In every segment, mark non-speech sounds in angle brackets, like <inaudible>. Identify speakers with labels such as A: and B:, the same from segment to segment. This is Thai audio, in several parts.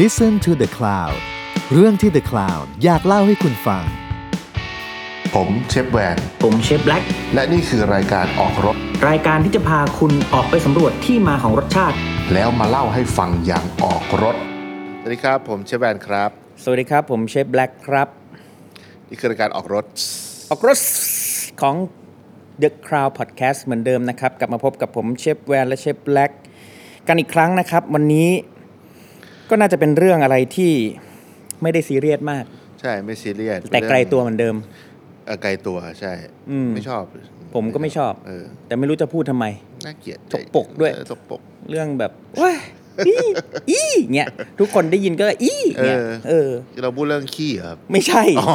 A: Listen to the Cloud เรื่องที่ The Cloud อยากเล่าให้คุณฟัง
B: ผมเชฟแวน
C: ผมเชฟแบล็ก
B: และนี่คือรายการออกรถ
C: รายการที่จะพาคุณออกไปสำรวจที่มาของรสชาติ
B: แล้วมาเล่าให้ฟังอย่างออกรถ สวัสดีครับ ผมเชฟแวนครับ
C: สวัสดีครับ ผมเชฟแบล็กครับ
B: นี่คือรายการออกรถ
C: ออกรสของ The Crowd Podcast เหมือนเดิมนะครับ กลับมาพบกับผมเชฟแวนและเชฟแบล็กกันอีกครั้งนะครับ วันนี้ก็น่าจะเป็นเรื่องอะไรที่ไม่ได้ซีเรียสมาก
B: ใช่ไม่ซีเรียส
C: แต่ไกลตัวเหมือนเดิม
B: เออไกลตัวใช่ไม่ชอบ
C: ผมก็ไม่ชอบ
B: เออ
C: แต่ไม่รู้จะพูดทำไม
B: น่าเกลียด
C: ตกปกด้วย
B: เออตกปก
C: เรื่องแบบว้าอีอีเงี้ยทุกคนได้ยินก็อีเงี้ย
B: เออ
C: เออ
B: เราพูดเรื่องขี้เหรอครับ
C: ไม่ใช่
B: อ๋อ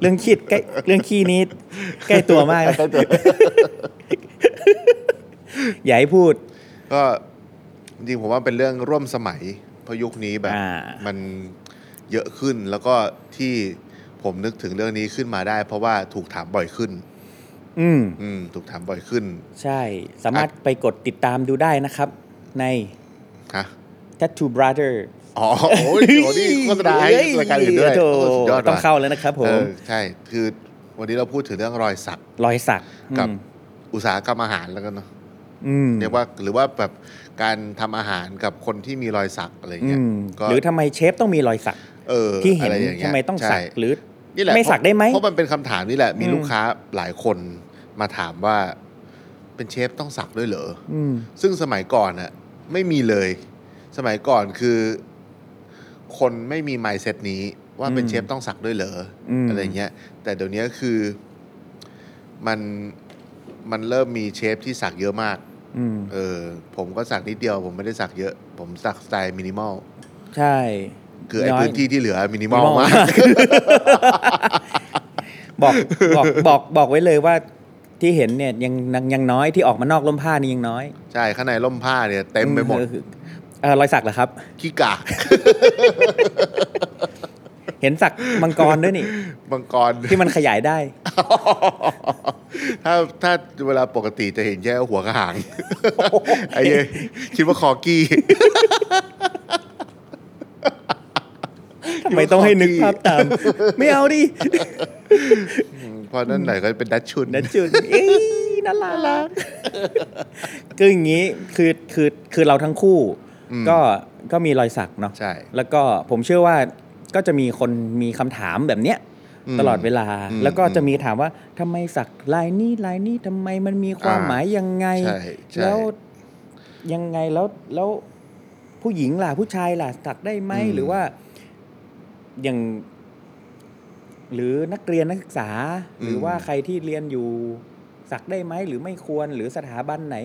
C: เรื่องคิดใกล้เรื่องขี้นี้ใกล้ตัวมากนะอย่าให้พูด
B: ก็จริงๆผมว่าเป็นเรื่องร่วมสมัยเพราะยุคนี้แบบ
C: อ่ามั
B: มันเยอะขึ้นแล้วก็ที่ผมนึกถึงเรื่องนี้ขึ้นมาได้ เพราะว่าถูกถามบ่อยขึ้น
C: อืม
B: อืม ถูกถามบ่อยขึ้น
C: ใช่ สามารถไปกดติดตามดูได้นะครับ ใน
B: ฮะ
C: Tattoo Brother
B: อ๋อโอ้ยโหนี่โฆษณาให้รายการอื่นด้วย
C: โถ่
B: โอ้สุดยอดว่ะ
C: ต้องเข้าแล้วนะครับผ
B: เอ
C: ม
B: อใช่ คือวันนี้เราพูดถึงเรื่องรอยสัก
C: รอยสัก
B: กับ
C: อืม
B: อุตสาหกรรมอาหารแล้วกันเนาะ
C: อืม
B: เรียกว่าหรือว่าแบบการทำอาหารกับคนที่มีรอยสักอะไร
C: อื
B: เงี้ย
C: ม
B: ก็
C: หรือทำไมเชฟต้องมีรอยสัก
B: เออ
C: ที่เห็น
B: อะไรอย่างเงี้ย
C: ทำไมต้องสัก
B: ใช่
C: หรือ
B: นี่แหละ
C: ไม่สักได้ไหม
B: เพราะมันเป็นคำถามนี่แหละ มี
C: อืม
B: ลูกค้าหลายคนมาถามว่า เป็นเชฟต้องสักด้วยเหรอ
C: อืม
B: ซึ่งสมัยก่อนน่ะไม่มีเลย สมัยก่อนคือ คนไม่มีไมเซ็ตนี้ ว่าเป็น
C: อืม
B: เชฟต้องสักด้วยเหรออ
C: ม
B: อะไรเงี้ย แต่เดี๋ยวนี้คือมันมันเริ่มมีเชฟที่สักเยอะมาก
C: อืม
B: เออ ผมก็สักนิดเดียว ผมไม่ได้สักเยอะ ผมสักสไตล์มินิมอล
C: ใช่
B: คือไอ้
C: น้ย
B: พื้นที่ที่เหลือมินิมอลมาก
C: บอก <laughs> บอกบอกบอกไว้เลยว่าที่เห็นเนี่ยยังยังยังน้อยที่ออกมานอกร่มผ้านี่ยังน้อย
B: ใช่ข้างในร่มผ้าเนี่ยเต็มไปหมด
C: เออรอยสักเหรอครับ
B: ขี้กาก
C: เห็นสักมังกร
B: <laughs>
C: ด้วยนี่
B: มังกร
C: ที่มันขยายได้
B: <laughs> ถ้าถ้าเวลาปกติจะเห็นแค่หัวกระหาง
C: <laughs>
B: ไอ้เหี้ยคิดว่าคอกี้
C: ทำไมต้องให้นึกภาพตาม
B: <laughs>
C: ไม่เอาดิ <laughs>
B: เพราะนั่นไหนก็เป็นดัชชุน
C: นันจุดเอ้ยน่ารั
B: <laughs>
C: กคืออย่างนี้คือคือคือเราทั้งคู่
B: อืม
C: ก็ก็มีรอยสักเนาะ
B: ใช่
C: แล้วก็ผมเชื่อว่าก็จะมีคนมีคำถามแบบเนี้ย
B: อืม
C: ตลอดเวลา
B: อืม
C: แล้วก็จะมีถามว่าทำไมสักลายนี้ลายนี้ทำไมมันมีความ
B: อ่า
C: หมายยังไง
B: ใช่ใช่
C: แล้วยังไงแล้วแล้วผู้หญิงล่ะผู้ชายล่ะสักได้ไหม
B: อืม
C: หรือว่าอย่าง หรือนักเรียนนักศึกษา หรือว่าใครที่เรียนอยู่สักได้ไหมหรือไม่ควรหรือสถาบันไหน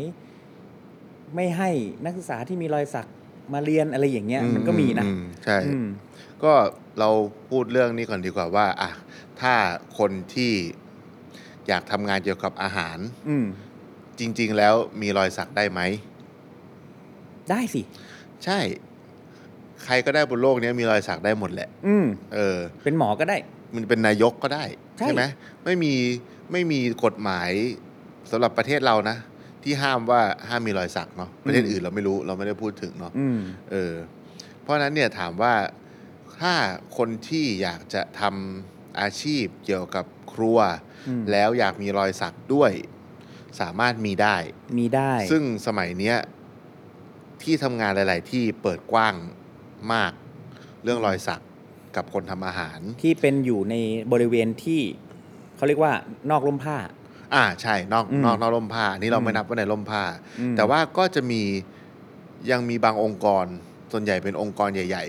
C: ไม่ให้นักศึกษาที่มีรอยสักมาเรียนอะไรอย่างเงี้ย มันก็มีนะ
B: อือืใช่
C: อืม
B: ก็เราพูดเรื่องนี้ก่อนดีกว่าว่าอ่ะถ้าคนที่อยากทำงานเกี่ยวกับอาหาร
C: อืม
B: จริง ๆ แล้วมีรอยสักได้ไหม
C: ได้สิ
B: ใช่ ใครก็ได้บนโลกนี้มีรอยสักได้หมดแหละ
C: อืม
B: เออ
C: เป็นหมอก็ได้
B: มันเป็นนายกก็ได้
C: ใช่
B: ใช่ไหมไม่มีไม่มีกฎหมายสำหรับประเทศเรานะ ที่ห้ามว่าห้ามมีรอยสักเนาะประเทศอื่นเราไม่รู้เราไม่ได้พูดถึงเนาะ
C: อืม
B: เออ เพราะฉะนั้นเนี่ยถามว่าถ้าคนที่อยากจะทำอาชีพเกี่ยวกับครัว
C: อืม
B: แล้วอยากมีรอยสักด้วย สามารถมีได้
C: มีได้
B: ซึ่งสมัยเนี้ยที่ทำงานหลาย ๆ ที่เปิดกว้างมากเรื่องรอยสักกับคนทำอาหาร
C: ที่เป็นอยู่ในบริเวณที่เขาเรียกว่านอกร่มผ้า
B: อ่าใช่นอก
C: อืม
B: นอกนอกร่มผ้าอันนี้เรา
C: อืม
B: ไม่นับว่าในร่มผ้า
C: อืม
B: แต่ว่าก็จะมียังมีบางองค์กร ส่วนใหญ่เป็นองค์กรใหญ่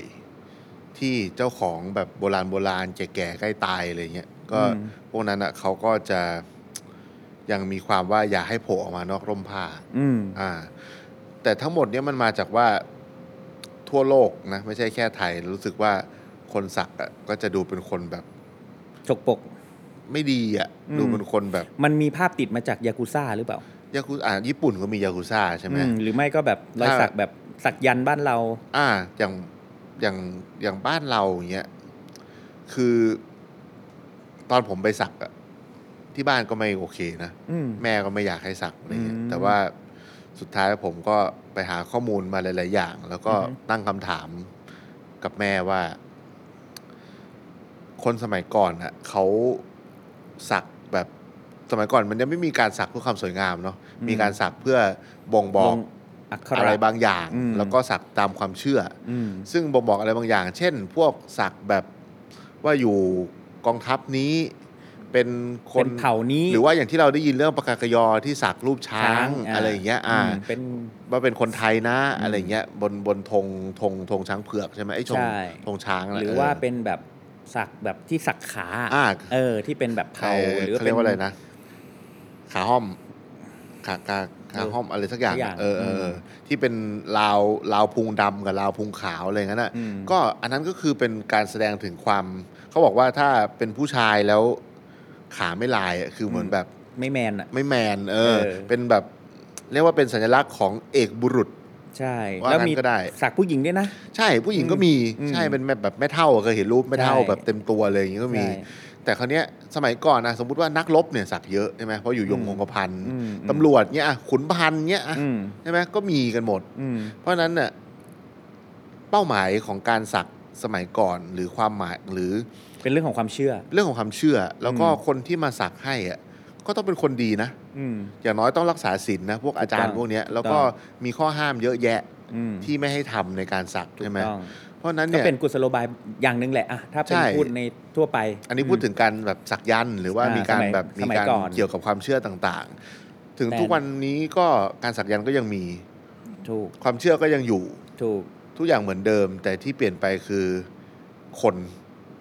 B: ๆ ที่เจ้าของแบบโบราณโบราณแก่ๆใกล้ตายอะไรเงี้ยก็
C: อืม
B: พวกนั้นอ่ะเขาก็จะยังมีความว่าอย่าให้โผล่ออกมานอกร่มผ้า
C: อืม
B: อ่า แต่ทั้งหมดเนี้ยมันมาจากว่าทั่วโลกนะ ไม่ใช่แค่ไทย รู้สึกว่าคนสักอะก็จะดูเป็นคนแบบ
C: ฉกปก
B: ไม่ดีอ่ะ
C: อืม
B: ดูเป็นคนแบบ
C: มันมีภาพติดมาจากยากุซ่าหรือเปล่าย
B: ากุอ่าญี่ปุ่นก็มียากุซ่าใช่ไหม
C: อืมหรือไม่ก็แบบรอย
B: ถ้า
C: สักแบบสักยันต์บ้านเรา
B: อ่า อย่าง อย่าง อย่างบ้านเราอย่างเงี้ย คือตอนผมไปสักอะที่บ้านก็ไม่โอเคนะ
C: อืม
B: แม่ก็ไม่อยากให้สักอะไรเงี้ย
C: อืม
B: แต่ว่าสุดท้ายผมก็ไปหาข้อมูลมาหลาย ๆ อย่าง แล้วก็
C: อือฮึ
B: ตั้งคำถาม กับแม่ว่า คนสมัยก่อนอะเขาสักแบบสมัยก่อน มันยังไม่มีการสักเพื่อความสวยงามเนาะ
C: อืม
B: มีการสักเพื่อบ่งบอก
C: ลงอักขระ
B: อะไรบางอย่าง
C: อืม
B: แล้วก็สักตามความเชื่ออ
C: อืม
B: ซึ่งบ่งบอกอะไรบางอย่าง เช่น พวกสักแบบว่าอยู่กองทัพนี้เป็นค
C: เป็น นเผ่านี้
B: หรือว่าอย่างที่เราได้ยินเรื่องปากกากยอที่สักรูปช้างอะไรอย่างเงี้ยอ่า
C: มเป็น
B: ว่าเป็นคนไทยนะ
C: อืม
B: อะไรเงี้ยบนบนธงธงธงช้างเผือกใช่ไหมไอ้ธง
C: ใช่
B: ธงช้างะ
C: หรือ
B: เ
C: ว่าเป็นแบบสักแบบที่สักขา
B: อ่า
C: เออ ที่เป็นแบบเผา
B: เอ่อ
C: หรือ
B: เขาเรียกว่าอะไรนะ ขาห้อม ขาขาขาห้อมอะไรสักอย่าง
C: สักอย่าง
B: เออเออเออ
C: ม
B: ที่เป็นลาวลาวพุงดำกับลาวพุงขาวอะไรเงี้ยน่ะ
C: อืม
B: ก็อันนั้นก็คือเป็นการแสดงถึงความ เขาบอกว่าถ้าเป็นผู้ชายแล้วขาไม่ลายอะคือเหมือน
C: อืม
B: แบบ
C: ไม่แมนอ่ะ
B: ไม่แมน เออ
C: เออ
B: เป็นแบบ เรียกว่าเป็นสัญลักษณ์ของเอกบุรุษ
C: ใช่
B: ว่างั้น
C: แล้วมี
B: ก็ได้
C: สักผู้หญิงด้วยนะ
B: ใช่ผู้หญิงก็
C: อืม
B: มี
C: อืม
B: ใช่เป็นแบบแบบแม่เท่าอะเคยเห็นรูปแม่เท่า
C: ใช่
B: แบบเต็มตัวเลยอย่างนี้ก็มี
C: ใช่
B: แต่คราวเนี้ยสมัยก่อนนะสมมติว่านักรบเนี่ยสักเยอะใช่ไหมเพราะอยู่ยง
C: อืม
B: คงกระพัน
C: อืม
B: ตำรวจเนี่ยอะขุนพันธ์เนี่ยอะ
C: อืม
B: ใช่ไหมก็มีกันหมด
C: อืม
B: เพราะฉะนั้นเน่ะเป้าหมายของการสักสมัยก่อนหรือความหมายหรือ
C: เป็นเรื่องของความเชื่อ
B: เรื่องของความเชื่อ แล้วก็
C: อืม
B: คนที่มาสักให้อะก็ต้องเป็นคนดีนะ
C: อืม
B: อย่างน้อยต้องรักษาศีลนะ พวกอาจารย์พวกเนี้ยแล้วก็
C: ต้
B: มีข้อห้ามเยอะแยะ
C: อืม
B: ที่ไม่ให้ทำในการสักใช่ไหม
C: ต้อง
B: เพราะฉะนั้น
C: ก็
B: เนี่ย
C: เป็นกุศโลบายอย่างหนึ่งแหละอะถ้าเป็น
B: ใช่
C: พูดในทั่วไป
B: อันนี้พูด
C: ม
B: ถึงการแบบสักยันต์หรือว่า
C: อ่ามี
B: มีการ
C: สมัย
B: แบบมี
C: สมัย
B: การ
C: ก่อน
B: เกี่ยวกับความเชื่อต่างๆ ถึง
C: แต่
B: ทุกวันนี้ก็การสักยันต์ก็ยังมี
C: ถูก
B: ความเชื่อก็ยังอยู่
C: ถูก
B: ทุกอย่างเหมือนเดิม แต่ที่เปลี่ยนไปคือคน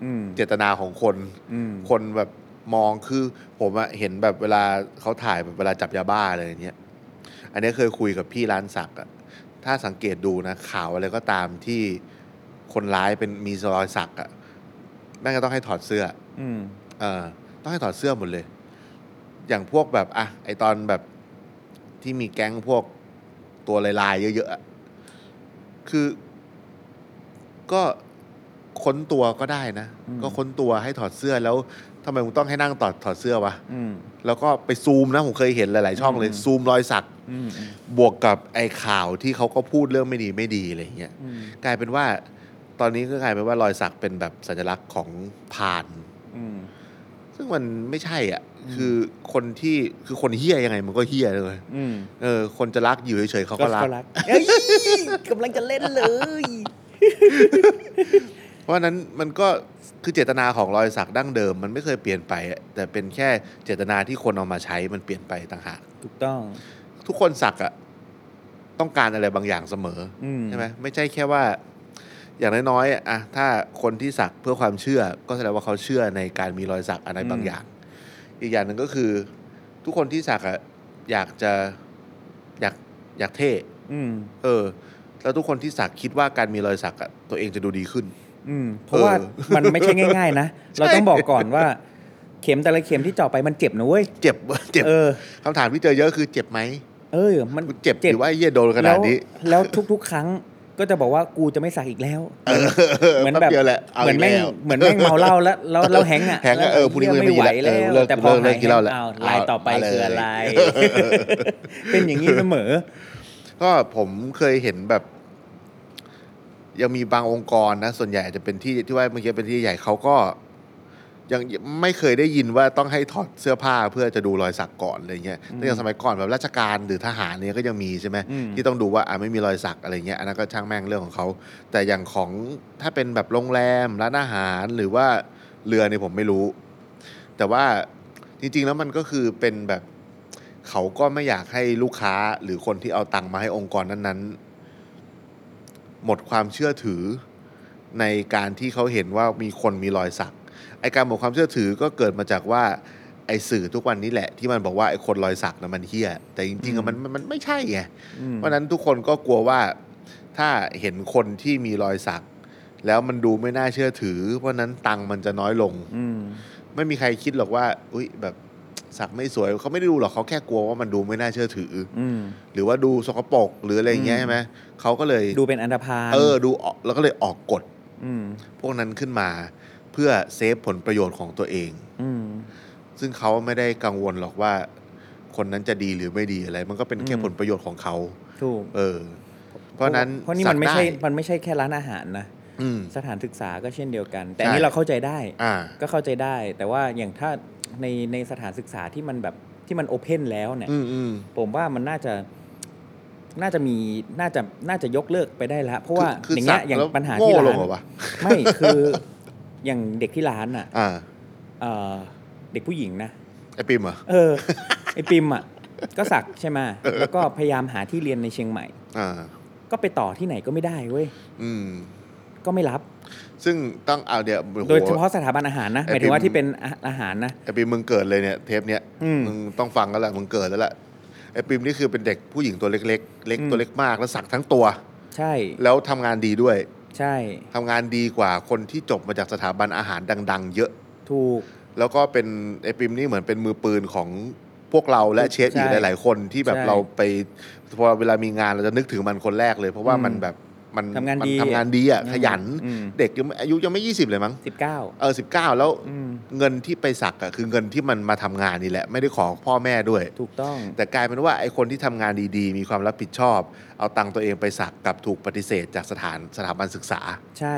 C: อืม
B: เจตนาของคน
C: อืม
B: คนแบบมองคือผมอะเห็นแบบเวลาเขาถ่ายแบบเวลาจับยาบ้าอะไรอย่างเงี้ย อันนี้เคยคุยกับพี่ร้านสักอะถ้าสังเกตดูนะข่าวอะไรก็ตามที่คนร้ายเป็นมีรอยสักอะแม่งก็ต้องให้ถอดเสื้อ
C: อืม
B: เออต้องให้ถอดเสื้อหมดเลย อย่างพวกแบบ อ่ะ ไอตอนแบบที่มีแก๊งพวกตัวลายๆ เยอะๆอะคือ ก็ค้นตัวก็ได้นะ
C: อืม
B: ก็ค้นตัวให้ถอดเสื้อแล้วทำไมมึงต้องให้นั่งตอดถอดเสื้อวะ
C: อืม
B: แล้วก็ไปซูมนะ ผมเคยเห็นหลายๆ ช่องเลย
C: อืม
B: ซูมรอยสัก
C: อืมอืม
B: บวกกับไอข่าวที่เขาก็พูดเรื่องไม่ดีไม่ดีอะไรอย่างเงี้ย
C: อืม
B: กลายเป็นว่า ตอนนี้ก็กลายเป็นว่ารอยสักเป็นแบบสัญลักษณ์ของผ่าน
C: อืม
B: ซึ่งมันไม่ใช่อ่ะ
C: อืม
B: คือคนที่คือคนเฮี้ยยังไงมันก็เฮี้ยเลย
C: อืม
B: เออ คนจะรักอยู่เฉยๆเขาก็รัก
C: เอ้ยกำลังจะเล่นเลย
B: <laughs> เพราะฉะนั้นมันก็คือเจตนาของรอยสักดั้งเดิม มันไม่เคยเปลี่ยนไปอะแต่เป็นแค่เจตนาที่คนเอามาใช้มันเปลี่ยนไปต่างหาก
C: ถูกต้อง
B: ทุกคนสักอ่ะต้องการอะไรบางอย่างเสมอ
C: อืม
B: ใช่ไหมไม่ใช่แค่ว่า อย่างน้อยๆอะอะถ้าคนที่สักเพื่อความเชื่อ ก็แสดงว่าเขาเชื่อในการมีรอยสักอะไรบางอย่าง อีกอย่างหนึ่งก็คือ ทุกคนที่สักอะอยากจะอยากอยากเท่
C: อืม
B: เออ แล้วทุกคนที่สักคิดว่าการมีรอยสักอะตัวเองจะดูดีขึ้น
C: อืม เพราะว่า
B: เออ
C: มันไม่ใช่ง่าย ๆ นะ เราต้องบอกก่อนว่า เข็มแต่ละเข็มที่เจาะไปมันเจ็บนะเว้ย
B: เจ็บ <laughs> เจ็บ
C: เออ
B: คำถามที่เจอเยอะคือเจ็บไหม
C: เออ มัน
B: กูเจ็บหรือว่าไอ้เยี่ยโดนขนาดนี้
C: แล้วแล้วทุก ๆ ครั้งก็จะบอกว่ากูจะไม่สักอีกแล้ว เหมือนแบบ
B: ป๊เดียวแหละเอา
C: เหมือนแม่ง
B: อีกล้ว
C: เหมือนแม่งเมาเหล้าแล้วแล้วแล้วแฮงก์อ่ะ
B: แหงก์อะเออพรุ่งนี้กู
C: ไม่ไหว
B: กิน
C: แล้ว
B: เออเลิก
C: แต่พอ
B: เลิ
C: หา
B: กเลิ
C: ย
B: กกินเหล้าแหละ
C: อ้าวลายต่อไปคือ
B: <laughs>
C: อะไร
B: เออ
C: เป็นอย่างนี้เสมอ
B: ก็ผมเคยเห็นแบบ ยังมีบางองค์กรนะ ส่วนใหญ่จะเป็นที่ที่ว่าเมื่อกี้เป็นที่ใหญ่เขาก็ ยังไม่เคยได้ยินว่าต้องให้ถอดเสื้อผ้าเพื่อจะดูรอยสักก่อนอะไรเงี้ยแต่อย่างสมัยก่อนแบบราชการหรือทหารเนี่ยก็ยังมีใช่ไหม
C: อืม
B: ที่ต้องดูว่าอ่ะไม่มีรอยสักอะไรเงี้ยอันนั้นก็ช่างแม่งเรื่องของเขาแต่อย่างของถ้าเป็นแบบโรงแรมร้านอาหารหรือว่าเรือเนี่ยผมไม่รู้ แต่ว่าจริงๆแล้วมันก็คือเป็นแบบเขาก็ไม่อยากให้ลูกค้าหรือคนที่เอาตังค์มาให้องค์กรนั้นๆ หมดความเชื่อถือในการที่เขาเห็นว่ามีคนมีรอยสักไอการหมดความเชื่อถือก็เกิดมาจากว่าไอสื่อทุกวันนี้แหละ ที่มันบอกว่าไอคนรอยสักนะมันเฮี้ยแต่จริงๆอะมันมันมันไม่ใช่ไง
C: อืม
B: เพราะฉะนั้นทุกคนก็กลัวว่าถ้าเห็นคนที่มีรอยสัก แล้วมันดูไม่น่าเชื่อถือ เพราะฉะนั้นตังค์มันจะน้อยลง
C: อืม
B: ไม่มีใครคิดหรอกว่า อุ้ยแบบสักไม่สวยเขาไม่ได้ดูหรอกเขาแค่กลัวว่ามันดูไม่น่าเชื่อถือ
C: อืม
B: หรือว่าดูสกปรกหรืออะไรอย่างเงี้ย
C: อืม
B: ใช่ไหมเขาก็เลย
C: ดูเป็นอันธพาล
B: เออดูออกแล้วก็เลยออกกฎ
C: อืม
B: พวกนั้นขึ้นมา เพื่อเซฟผลประโยชน์ของตัวเอง
C: อืม
B: ซึ่งเขาไม่ได้กังวลหรอกว่า คนนั้นจะดีหรือไม่ดีอะไร มันก็เป็นแค่
C: อืม
B: ผลประโยชน์ของเขา
C: ถูก
B: เออ เพราะฉะนั้น
C: เพราะนี่
B: สั
C: มั
B: ก
C: นไม่
B: ได้
C: ใช่มันไม่ใช่แค่ร้านอาหารนะ
B: อืม
C: สถานศึกษาก็เช่นเดียวกัน แต่
B: ใช่
C: อันนี้เราเข้าใจได้
B: อ่า
C: ก็เข้าใจได้ แต่ว่าอย่างถ้าในในสถานศึกษาที่มันแบบที่มันโอเพนแล้วเนี่ย
B: อืมอืม
C: ผมว่ามันน่าจะน่าจะมีน่าจะน่าจะยกเลิกไปได้แล้วเพราะว่า
B: คือ
C: อย่างเงี้
B: สั
C: ย
B: ก
C: อย่าง
B: แล้ว
C: ปัญหา
B: โง่
C: ที่
B: ล
C: ร้าง น
B: เหรอวะ <laughs>
C: ไม่คืออย่างเด็กที่ร้านอ่ะ
B: อ่า
C: เอ่อเด็กผู้หญิงนะ
B: ไอปิมเหรอ
C: เออ ไอปิมอ่ะก็สักใช่ไหมแล้วก็พยายามหาที่เรียนในเชียงใหม่
B: อ่า
C: ก็ไปต่อที่ไหนก็ไม่ได้เว้ย
B: อืม
C: ก็ไม่รับ
B: ซึ่งต้องเอาเดี๋ยว
C: โดยเฉ
B: ห
C: พาะสถาบันอาหารนะห
B: ไอ้
C: มายถึงว่า
B: ปิ่ม
C: ที่เป็นอาอาหารนะ
B: ไอปิมมึงเกิดเลยเนี่ยเทปเนี้ย
C: อืม
B: มึงต้องฟังแล้วล่ะมึงเกิดแล้วล่ะไอปิมนี่คือเป็นเด็กผู้หญิงตัวเล็ก ๆ เล็ก
C: อืม
B: ตัวเล็กมากแล้วสักทั้งตัว
C: ใช่
B: แล้วทำงานดีด้วย
C: ใช่
B: ทำงานดีกว่าคนที่จบมาจากสถาบันอาหารดัง ๆ เยอะ
C: ถูก
B: แล้วก็เป็นไอปิมนี่เหมือนเป็นมือปืนของพวกเราและเชฟอีก
C: ใช่
B: หลาย ๆ คนที่แบบ
C: ใช่
B: เราไปพอเวลามีงานเราจะนึกถึงมันคนแรกเลย เพราะว่า
C: อืม
B: มันแบบมัน
C: ทำงาน
B: มั
C: ดี
B: ทำงานดีอ่ะ
C: อืม
B: ขยัน
C: อืม
B: เด็กยังไม่อายุยังไม่ 20 เลยมั้ง
C: สิบเก้า
B: เออสิแล้ว
C: อืม
B: เงินที่ไปสักอ่ะคือเงินที่มันมาทำงานนี่แหละ ไม่ได้ขอพ่อแม่ด้วย
C: ถูกต้อง
B: แต่กลายเป็นว่าไอ้คนที่ทำงานดีๆ มีความรับผิดชอบ เอาตังค์ตัวเองไปสักกลับถูกปฏิเสธจากสถานสถาบันศึกษา
C: ใช่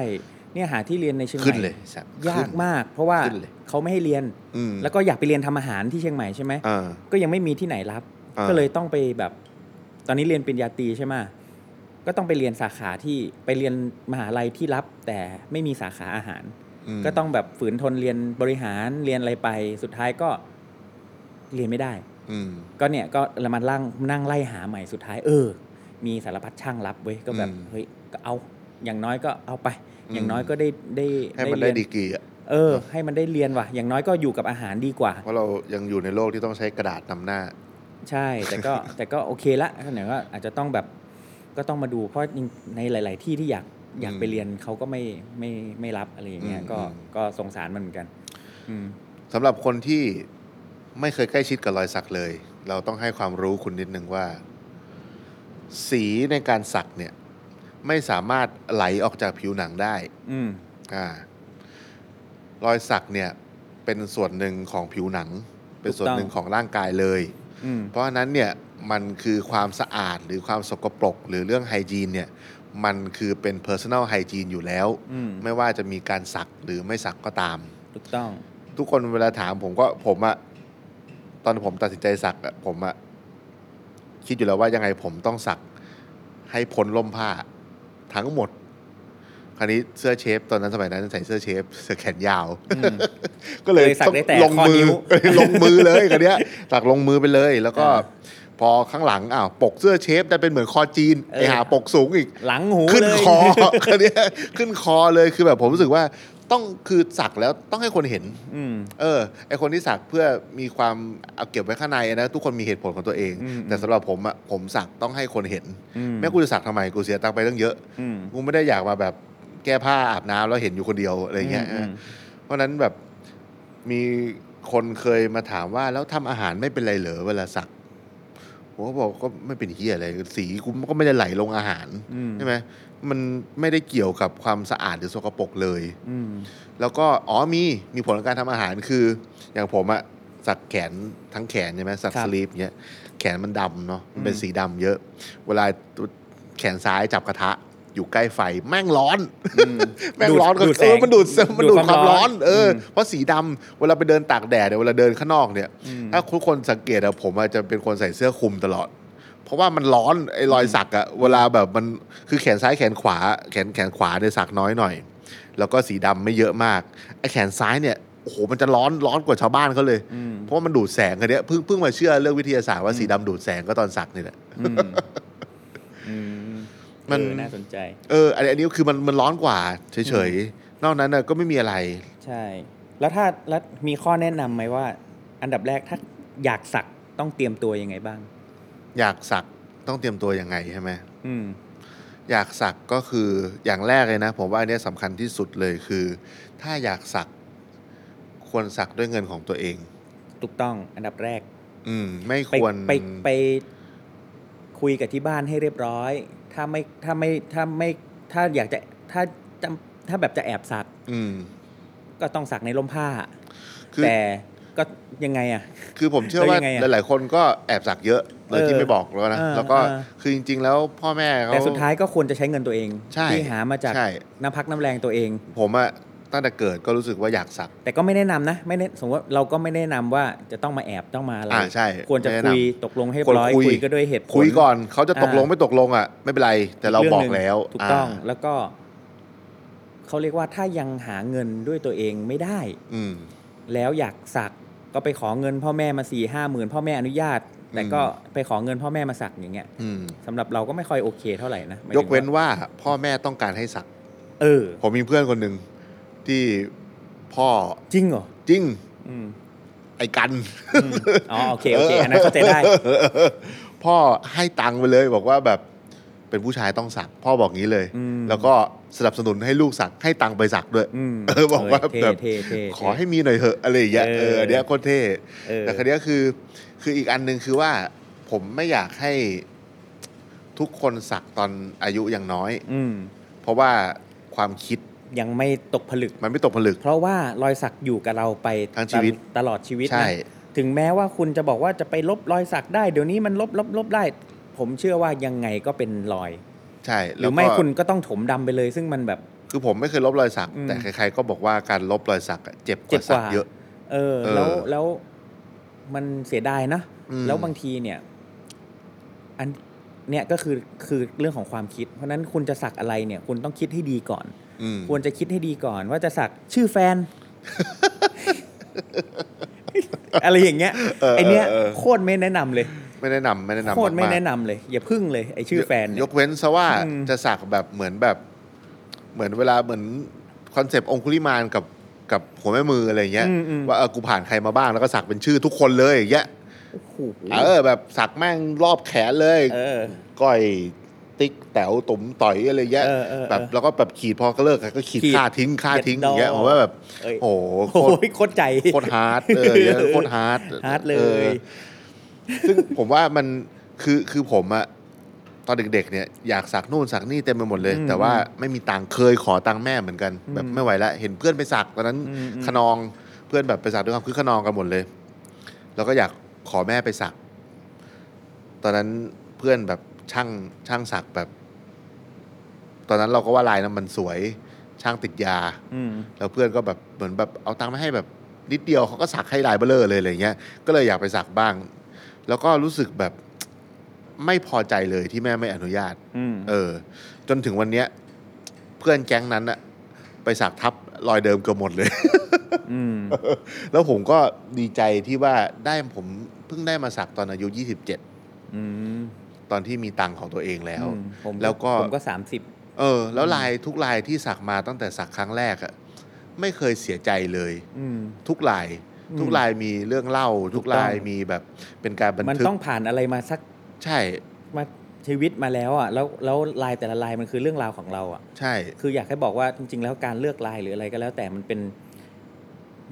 C: เนี่ยหาที่เรียนในเชียงให
B: ขึ้น
C: ม่
B: เลยสัก
C: ยา
B: ขึ้
C: ก
B: น
C: มาก เพราะว่า
B: ขึ้นเลย
C: เขาไม่ให้เรียน
B: อืม
C: แล้วก็อยากไปเรียนทำอาหารที่เชียงใหม่ใช่ไหม
B: อ่า
C: ก็ยังไม่มีที่ไหนรับ
B: อ่า
C: ก็เลยต้องไปแบบ ตอนนี้เรียนปริญญาตรีใช่ไหมก็ต้องไปเรียนสาขาที่ไปเรียนมหาลัยที่รับ แต่ไม่มีสาขาอาหาร
B: ม
C: ก็ต้องแบบฝืนทนเรียนบริหารเรียนอะไรไป สุดท้ายก็เรียนไม่ได้
B: อืม
C: ก็เนี่ยก็ละมันร่างนั่งไล่หาใหม่สุดท้าย เออ มีสารพัดช่างรับเว้ยก็แบบ
B: อืม
C: เฮ้ยก็เอาอย่างน้อยก็เอาไป
B: อืม
C: อย่างน้อยก็ได้ได้
B: ให้มันได้
C: เรีย
B: ดีกรีอ่ะ
C: เออ ให้มันได้เรียนว่ะ อย่างน้อยก็อยู่กับอาหารดีกว่า
B: เพราะเรายังอยู่ในโลกที่ต้องใช้กระดาษนำหน้า
C: ใช่
B: <laughs>
C: แต่ก็ แต่ก็โอเคละขนาดว่าอาจจะต้องแบบก็ต้องมาดูเพราะในหลาย ๆ ที่ที่อยากอยากไปเรียนเขาก็ไม่ไม่ไม่รับอะไรอย่างเงี้ย
B: อืม
C: ก็
B: อืม
C: ก็สงสารมันเหมือนกัน อืม
B: สำหรับคนที่ไม่เคยใกล้ชิดกับรอยสักเลย เราต้องให้ความรู้คุณนิดนึงว่า สีในการสักเนี่ย ไม่สามารถไหลออกจากผิวหนังได้
C: อืม
B: อ่ารอยสักเนี่ยเป็นส่วนหนึ่งของผิวหนัง เป็นส่วนหนึ่ง
C: ถูกต้อง
B: ของร่างกายเลย
C: อืม
B: เพราะฉะนั้นเนี่ยมันคือความสะอาดหรือความสกปรก หรือเรื่องไฮจีนเนี่ยมันคือเป็น personal hygiene อยู่แล้ว
C: อืม
B: ไม่ว่าจะมีการสักหรือไม่สักก็ตาม
C: ถูกต้อง
B: ทุกคนเวลาถามผมก็ผมอะตอนผมตัดสินใจสักอะผมอะคิดอยู่แล้วว่ายังไงผมต้องสักให้พ้นล่มผ้า ทั้งหมด คราวนี้เสื้อเชฟ ตอนนั้นสมัยนั้นใส่เสื้อเชฟเสื้อแขนยาว <laughs>
C: อืม
B: ก็เลย
C: เลยสัก
B: ต้อง
C: ได้แต่
B: ลง
C: ข้อ
B: มื
C: นิ้
B: อ
C: ว
B: เอ้ย <laughs> ลงมือเลยกันเนี้ยสักลงมือไปเลย แล้วก็
C: อ่า
B: พอข้างหลังอ้าวปกเสื้อเชฟได้เป็นเหมือนคอจีน
C: เออ
B: ไอหาปกสูงอีก
C: หลังหู
B: ขึ้น
C: เลย
B: คอ <laughs> คันเนี้ยขึ้นคอเลยคือแบบผมรู้สึกว่าต้องคือสักแล้วต้องให้คนเห็น
C: อืม
B: เออไอคนที่สักเพื่อมีความเอาเก็บไว้ข้างในนะทุกคนมีเหตุผลของตัวเอง
C: อืม
B: แต่สำหรับผมอะผมสักต้องให้คนเห็น
C: อืม
B: แม้กูจะสักทำไมกูเสียตังค์ไปตั้งเยอะ
C: อืม
B: กูไม่ได้อยากมาแบบแก้ผ้าอาบน้ำแล้วเห็นอยู่คนเดียวอะไรเงี้ย
C: อืมอืม
B: เพราะฉะนั้นแบบมีคนเคยมาถามว่าแล้วทำอาหารไม่เป็นไรเหรอเวลาสักผมก็บอกก็ไม่เป็นเฮียอะไรสีกูก็ไม่ได้ไหลลงอาหาร
C: อืม
B: ใช่ไหมมันไม่ได้เกี่ยวกับความสะอาดหรือสกปรกเลย
C: อืม
B: แล้วก็อ๋อมีมีผลของการทำอาหารคือ อย่างผมอะสักแขนทั้งแขนใช่ไหมสักสลีปเนี้ยแขนมันดำเนาะมันเป็นสีดำเยอะ เวลาแขนซ้ายจับกระทะ อยู่ใกล้ไฟแม่งร้อน
C: อืม
B: แม่งร้อนก็
C: ดูดแส
B: เอง อมันดูดแสงมันดูดความร้อนเอออ
C: ม
B: เพราะสีดำเวลาไปเดินตากแดดเนี่ยเวลาเดินข้างนอกเนี่ย
C: อืม
B: ถ้าทุกคนสังเกตอะผมอาจจะเป็นคนใส่เสื้อคลุมตลอด เพราะว่ามันร้อนไอ้รอยสักอะเวลาแบบมันคือแขนซ้ายแขนขวา แขนแขนขวาเนี่ยสักน้อยหน่อย แล้วก็สีดำไม่เยอะมากไอ้แขนซ้ายเนี่ยโอ้โหมันจะร้อนร้อนกว่าชาวบ้านเขาเลย
C: อืม
B: เพราะว่ามันดูดแสงกันเนี้ยเพิ่งเพิ่งมาเชื่อเรื่องวิทยาศาสตร์ว่าสีดำดูดแสงก็ตอนสักนี่แหละ
C: อืมอืม
B: มัน
C: เออน่าสนใจ
B: เอออันนี้อันนี้คือมันมันร้อนกว่าเฉยๆนอกนั้นน่ะก็ไม่มีอะไร
C: ใช่ แล้วถ้าแล้วมีข้อแนะนำไหมว่า อันดับแรกถ้าอยากสักต้องเตรียมตัวยังไงบ้าง
B: อยากสักต้องเตรียมตัวยังไงใช่ไหม
C: อืม
B: อยากสักก็คืออย่างแรกเลยนะ ผมว่าอันเนี้ยสำคัญที่สุดเลยคือ ถ้าอยากสักควรสักด้วยเงินของตัวเอง
C: ถูกต้องอันดับแรก
B: อืม ไม่
C: ไป
B: ควร
C: ไปไปคุยกับที่บ้านให้เรียบร้อย ถ้าไม่ถ้าไม่ถ้าไม่ถ้าอยากจะถ้าจำถ้าแบบจะแอบสัก
B: อืม
C: ก็ต้องสักในร่มผ้า
B: คือ
C: แต่ ก็ยังไงอ่ะ
B: คือผมเชื่อ
C: แล้
B: ว่า
C: วยังไงอะ
B: หลาย ๆ คนก็แอบสักเยอะเลย
C: เออ
B: ที่ไม่บอกแล้วนะ
C: เออ
B: แล้วก็
C: เออ
B: คือจริง ๆ แล้วพ่อแม่เขา
C: แต่สุดท้ายก็ควรจะใช้เงินตัวเอง
B: ใช่
C: ที่หามาจาก
B: ใช่
C: น้ำพักน้ำแรงตัวเอง
B: ผมอะตั้งแต่เกิดก็รู้สึกว่าอยากสัก
C: แต่ก็ไม่แนะนำนะ ไม่แนะสมมติว่าเราก็ไม่แนะนำว่าจะต้องมาแอบต้องมาอะไร
B: อ่าใช่
C: ควรจะ
B: ไม่แนะนำ
C: คุยตกลงให้
B: ควร
C: ร้อย
B: คุย
C: คุยก็ด้วยเหตุผล
B: คุยก่อนเขาจะตกลง
C: อ่า
B: ไม่ตกลงอะไม่เป็นไร แต่เรา
C: ง
B: บ
C: ห
B: อก
C: นึ่
B: แล้ว
C: ถูกต้อง
B: า
C: แล้วก็เขาเรียกว่าถ้ายังหาเงินด้วยตัวเองไม่ได้
B: อืม
C: แล้วอยากสักก็ไปขอเงินพ่อแม่มาสี่ห้าหมื่นพ่อแม่อนุญาต แต่ก็ไปขอเงินพ่อแม่มาสักอย่างเงี้ย
B: อืม
C: สำหรับเราก็ไม่ค่อยโอเคเท่าไหร่นะหมาย
B: ย
C: ถึง
B: กเว้นว่าพ่อแม่ต้องการให้สัก
C: เออ
B: ผมมีเพื่อนคนหนึ่งที่พ่อ
C: จริงเหรอ
B: จริง
C: อืม
B: ไอ้กัน
C: อืมอ๋อโอเคโอเคอันนั้นเข้าใจได้
B: พ่อให้ตังค์ไปเลยบอกว่าแบบเป็นผู้ชายต้องสัก พ่อบอกงี้เลย
C: อืม
B: แล้วก็สนับสนุนให้ลูกสักให้ตังค์ไปสักด้วย
C: อืม
B: เออบอกว่า
C: เท่
B: แบบ
C: เท่เท่
B: ขอให้มีหน่อยเถอะอะไรอย่างเงี้ย
C: เออ
B: เออเนี้ยโคตรเท่
C: เออ
B: แต่คันนี้ยคือคืออีกอันหนึ่งคือว่า ผมไม่อยากให้ทุกคนสักตอนอายุยังน้อย
C: อืม
B: เพราะว่าความคิด
C: ยังไม่ตกผลึก
B: มันไม่ตกผลึก
C: เพราะว่ารอยสักอยู่กับเราไป
B: ทั้งชีวิต
C: ตลอดชีวิต
B: ใช่
C: นะถึงแม้ว่าคุณจะบอกว่าจะไปลบรอยสักได้ เดี๋ยวนี้มันลบลบลบได้ ผมเชื่อว่ายังไงก็เป็นรอย
B: ใช่
C: ห
B: แล้
C: รื
B: ว
C: อ
B: ก็
C: ไม่คุณก็ต้องถมดำไปเลย ซึ่งมันแบบ
B: คือผมไม่เคยลบรอยสัก
C: อืม
B: แต่ใครๆก็บอกว่าการลบรอยสักอะเจ็บก
C: เจ็บ
B: ว่าก สัก
C: ว่า
B: เยอะ
C: เออ
B: เออ
C: แล้วแล้วมันเสียดายนะ
B: อืม
C: แล้วบางทีเนี่ย อันเนี่ยก็คือคือเรื่องของความคิด เพราะฉะนั้นคุณจะสักอะไรเนี่ย คุณต้องคิดให้ดีก่อน
B: อืม
C: ควรจะคิดให้ดีก่อน ว่าจะสักชื่อแฟ
B: <laughs>
C: น อะไรอย่างเงี้ยไอเนี้ยโคตรไม่แนะนำเลย
B: ไม่แนะนำไม่แนะนำ
C: โคตรไม่
B: ากๆ
C: แนะนำเลย อย่าพึ่งเลยไอชื่อแฟนเนี่ย
B: ยกเว้นซะว่า
C: อืม
B: จะสักแบบเหมือนแบบ เหมือนเวลาเหมือนคอนเซปต์องคุลิมานกับกับหัวแม่มืออะไรอย่างเงี้ย
C: อืมอืม
B: ว่าเออกูผ่านใครมาบ้างแล้วก็สักเป็นชื่อทุกคนเลยอย่างเงี้ย
C: โอ้โห
B: เออแบบสักแม่งรอบแขนเลย
C: เออ
B: ก้อยติ๊กแต๋วตุ๋มต่อยอะไรเงี้ย
C: เออเออเออ
B: แบบแล้วก็แบบขีดพอก็เลิกกันก็ขีด
C: ขีด
B: ค่าทิ้งค่าทิ้ง
C: เย็ดด
B: อ
C: อย่าง
B: เงี้ยผมว่าแบบ
C: เอ้ย
B: โอ้โหโค
C: โอ้
B: ตร
C: ยโคตรใจ
B: โคตรฮาร์ด <laughs> เออเนี่ยโคตรฮาร์ด
C: ฮาร์ดเลย
B: ออซึ่งผมว่ามันคือคือผมอะตอนเด็กๆเนี่ยอยากสักนู่นสักนี่เต็มไปหมดเลย แต่ว่าไม่มีตังค์เคยขอตังค์แม่เหมือนกัน แบบไม่ไหวละเห็นเพื่อนไปสักตอนนั้นขนองเพื่อนแบบไปสักด้วยความคือขนองกันหมดเลย แล้วก็อยากขอแม่ไปสัก ตอนนั้นเพื่อนแบบช่างช่างสักแบบ ตอนนั้นเราก็ว่าลายน้ำมันสวย ช่างติดยา
C: อืม
B: แล้วเพื่อนก็แบบเหมือนแบบเอาตังค์มาให้แบบนิดเดียวเขาก็สักให้ลายเบลอเลยอะไรเงี้ย ก็เลยอยากไปสักบ้าง แล้วก็รู้สึกแบบ ไม่พอใจเลยที่แม่ไม่อนุญาต
C: อืม
B: เออ จนถึงวันเนี้ย เพื่อนแก๊งนั้นอะไปสักทับรอยเดิมเกือบหมดเลย <laughs>
C: อืม
B: แล้วผมก็ดีใจที่ว่าได้ผมเพิ่งได้มาสักตอนอายุ
C: อืม
B: 27 ตอนที่มีตังค์ของตัวเองแล้ว
C: ผม
B: แล้วก็
C: ผมก็สามสิบ
B: เออ แล้วลายทุกลายที่สักมาตั้งแต่สักครั้งแรกอะไม่เคยเสียใจเลย
C: อืม
B: ทุกลาย
C: อืม
B: ทุกลายมีเรื่องเล่า ทุกลาย
C: ถูกต้อง
B: มีแบบเป็นการบัน
C: มัน
B: ทึก
C: ต้องผ่านอะไรมาสัก
B: ใช่
C: มาชีวิตมาแล้วอ่ะแล้วแล้วลายแต่ละลายมันคือเรื่องราวของเราอ่ะ
B: ใช่
C: คืออยากให้บอกว่าจริง ๆ แล้วการเลือกลายหรืออะไรก็แล้ว แต่มันเป็น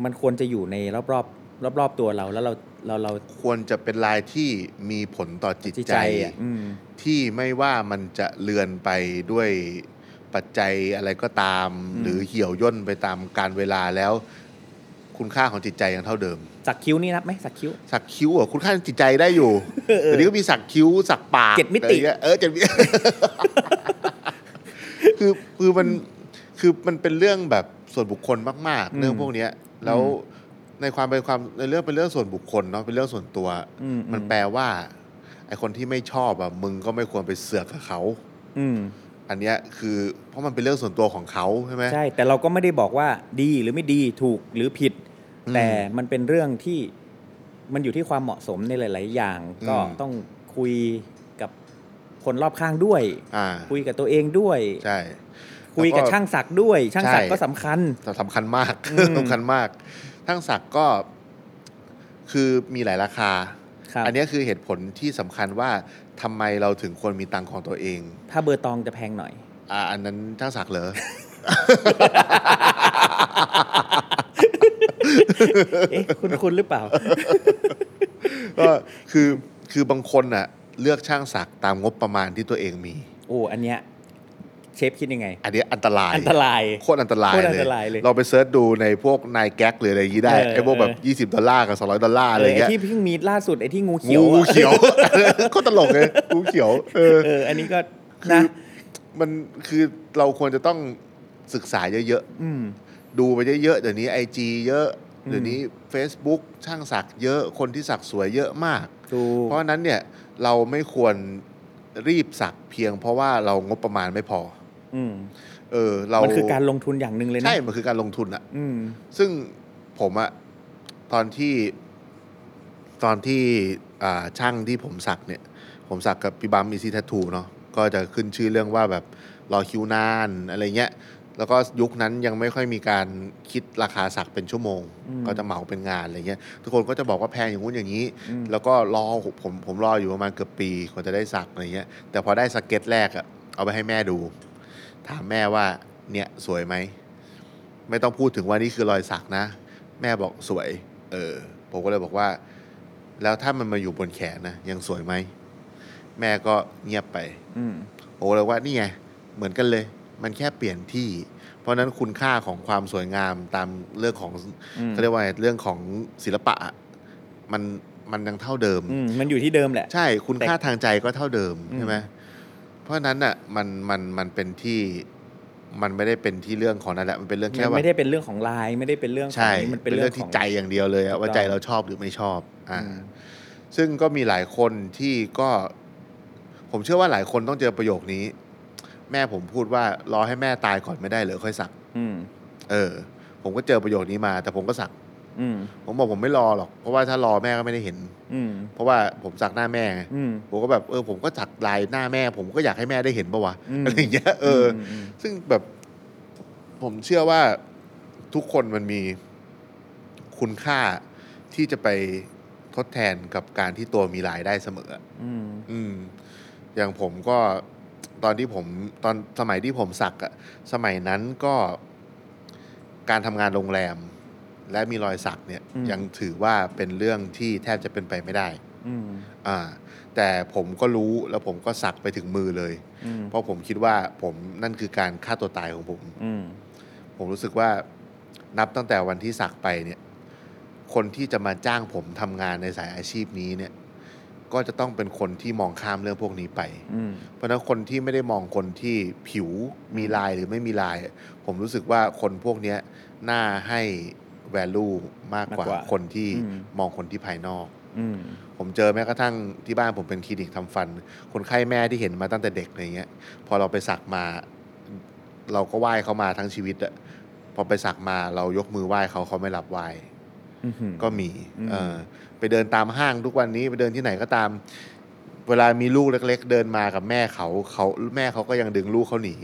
C: มันควรจะอยู่ในรอบรอบรอบรอบๆตัวเราแล้วเราเราเรา
B: ควรจะเป็นลายที่มีผลต่อจิตใจ
C: อ่ะอืม
B: ที่ไม่ว่ามันจะเลือนไปด้วยปัจจัยอะไรก็ตาม
C: อืม
B: หรือเหี่ยวย่นไปตามการเวลาแล้ว คุณค่าของจิตใจยังเท่าเดิม
C: สักคิ้วนี่นับไหมสักคิ้ว
B: สักคิ้วเหรอ่ะคุณค่าทางจิตใจได้อยู่เดี๋ยวนี้ก็มีสักคิ้ว สักปาก
C: เจ็ดมิติ
B: อะไรเงี้ยเออเจ็ดมิติ คือคือมันคือมันเป็นเรื่องแบบส่วนบุคคลมาก ๆ เรื่องพวกเนี้ย แล้วในความเป็นความในเรื่องเป็นเรื่องส่วนบุคคลเนาะเป็นเรื่องส่วนตัว
C: อือื
B: มันแปลว่าไอคนที่ไม่ชอบอ่ะมึงก็ไม่ควรไปเสือกกับเขา
C: อืม
B: อันเนี้ยคือ เพราะมันเป็นเรื่องส่วนตัวของเขาใช่ไหม
C: ใช่ แต่เราก็ไม่ได้บอกว่าดีหรือไม่ดีถูกหรือผิด
B: อืม
C: แต่มันเป็นเรื่องที่มันอยู่ที่ความเหมาะสมในหลาย ๆ อย่าง ก็
B: อืม
C: ต้องคุยกับคนรอบข้างด้วย
B: อ่า
C: คุยกับตัวเองด้วย
B: ใช่
C: คุยกับช่างสักด้วย ช่างสัก
B: ใช่
C: ก็สำคัญ
B: แต่สำคัญมาก
C: อืม
B: สำคัญมาก ทั้งสักก็คือมีหลายราคา
C: ครับ
B: อันเนี้ยคือเหตุผลที่สำคัญว่าทำไมเราถึงควรมีตังค์ของตัวเอง
C: ถ้าเบอร์ตองจะแพงหน่อย
B: อ่าอันนั้นช่างสักเหร
C: <laughs>
B: อ
C: เอ๊ะคุณคุณหรือเปล่า
B: ก็คือคือบางคนอ่ะ เลือกช่างสักตามงบประมาณที่ตัวเองมี
C: โอ้อันเนี้ย เชฟคิดยังไง
B: อันเนี้ยอันตราย
C: อันตราย
B: โคตรอันตราย
C: โคตรอั
B: เล
C: นตรายเลย
B: ย เราไปเซิร์ชดูในพวกนายแก๊กหรืออะไรอย่างนี้ได้
C: เออ
B: ไอ้พวกแบ
C: เออ
B: บ 20 ดอลลาร์กับ200ดอลลาร์อะไรอย่างเงี้ย
C: ไที่เพิ่งมีล่าสุดไอ้ที่งูเขียว
B: งู
C: อะ
B: เขียว <laughs> ก็ตลกเลยงูเขียวเออ
C: เออ อันนี้ก็
B: คือ
C: นะ
B: มันคือเราควรจะต้องศึกษาเยอะ
C: อืม
B: ๆ ดูไปเยอะๆ เดี๋ยวนี้ไอจเยอะ
C: อืม
B: เดี๋ยวนี้ Facebook ช่างสักเยอะคนที่สักสวยเยอะมาก
C: ถูก
B: เพราะฉะนั้นเนี่ยเราไม่ควรรีบสักเพียง เพราะว่าเรางบประมาณไม่พอ
C: อืม
B: เออ เรา
C: มันคือการลงทุนอย่างหนึ่งเลยนะ
B: ใช่ มันคือการลงทุนอะ
C: อืม
B: ซึ่งผมอะตอนที่ตอนที่อ่าช่างที่ผมสักเนี่ย ผมสักกับพี่บัมอีซี่แททูเนาะก็จะขึ้นชื่อเรื่องว่าแบบรอคิวนานอะไรเงี้ย แล้วก็ยุคนั้นยังไม่ค่อยมีการคิดราคาสักเป็นชั่วโมง
C: อืม
B: ก็จะเหมาเป็นงานอะไรเงี้ยทุกคนก็จะบอกว่าแพงอย่างงู้นอย่างนี้
C: อืม
B: แล้วก็รอผมผมรออยู่ประมาณเกือบปีกว่าจะได้สักอะไรเงี้ย แต่พอได้สเก็ตแรกอะเอาไปให้แม่ดู ถามแม่ว่าเนี่ยสวยไหม ไม่ต้องพูดถึงว่านี่คือรอยสักนะ แม่บอกสวย เออ ผมก็เลยบอกว่า แล้วถ้ามันมาอยู่บนแขนนะยังสวยไหม แม่ก็เงียบไป
C: อืม
B: โอ้เลยว่านี่ไงเหมือนกันเลย มันแค่เปลี่ยนที่ เพราะฉะนั้นคุณค่าของความสวยงามตามเรื่องของ
C: อืม
B: เขาเรียกว่าไงเรื่องของศิลปะอะมันมันยังเท่าเดิม
C: อืมมันอยู่ที่เดิมแหละ
B: ใช่คุณค่าทางใจก็เท่าเดิม
C: อืม
B: ใช่ไหมเพราะฉะนั้นอ่ะมันมันมันเป็นที่มันไม่ได้เป็นที่เรื่องของนั่นแหละมันเป็นเรื่อง
C: มั
B: แค่
C: น
B: ว่า
C: ไม่ได้เป็นเรื่องของลายไม่ได้เป็นเรื่องของ
B: ใช่
C: นี้มัน
B: เป็
C: เป็น น
B: เรื่
C: เรื่อ
B: อ
C: ง ง
B: ที่
C: ของ
B: ใจอย่างเดียวเลยอะว่า
C: ถูกต้อง
B: ใจเราชอบหรือไม่ชอบอ่า
C: อืม
B: ซึ่งก็มีหลายคนที่ก็ ผมเชื่อว่าหลายคนต้องเจอประโยคนี้ แม่ผมพูดว่ารอให้แม่ตายก่อนไม่ได้เหรอค่อยสัก
C: อืม
B: เออ ผมก็เจอประโยคนี้มา แต่ผมก็สัก
C: อืม
B: ผมบอกผมไม่รอหรอกเพราะว่าถ้ารอแม่ก็ไม่ได้เห็น
C: อืม
B: เพราะว่าผมสักหน้าแม่ไง
C: อืม
B: ผมก็แบบเออผมก็จักลายหน้าแม่ ผมก็อยากให้แม่ได้เห็นปะวะ
C: อืม
B: อะไรอย่างเงี้ยเอออ
C: ม
B: ซึ่งแบบผมเชื่อว่าทุกคนมันมีคุณค่าที่จะไปทดแทนกับการที่ตัวมีรายได้เสมอ
C: อืม
B: อืม อย่างผมก็ตอนที่ผมตอนสมัยที่ผมสักอะสมัยนั้นก็การทำงานโรงแรม และมีรอยสักเนี่ย ยังถือว่าเป็นเรื่องที่แทบจะเป็นไปไม่ได้
C: อืม
B: อ่าแต่ผมก็รู้แล้วผมก็สักไปถึงมือเลย
C: อืม
B: เพราะผมคิดว่าผมนั่นคือการฆ่าตัวตายของผม
C: อืม
B: ผมรู้สึกว่านับตั้งแต่วันที่สักไปเนี่ย คนที่จะมาจ้างผมทำงานในสายอาชีพนี้เนี่ย ก็จะต้องเป็นคนที่มองข้ามเรื่องพวกนี้ไป
C: อืม
B: เพราะฉะนั้นคนที่ไม่ได้มองคนที่ผิวมีลายหรือไม่มีลายอะผมรู้สึกว่าคนพวกเนี้ยน่าให้ value มากกว่าคนที่มองคนที่ภายนอก
C: อืม
B: ผมเจอแม้กระทั่งที่บ้านผมเป็นคลินิกทำฟัน คนไข้แม่ที่เห็นมาตั้งแต่เด็กอะไรเงี้ย พอเราไปสักมา เราก็ไหว้เขามาทั้งชีวิตอะพอไปสักมาเรายกมือไหว้เขาเขาไม่รับไหว้
C: อืม
B: ก็มี
C: อืม
B: เออไปเดินตามห้างทุกวันนี้ไปเดินที่ไหนก็ตาม เวลามีลูกเล็ก ๆ เดินมากับแม่เขาเขาแม่เขาก็ยังดึงลูกเขาหนี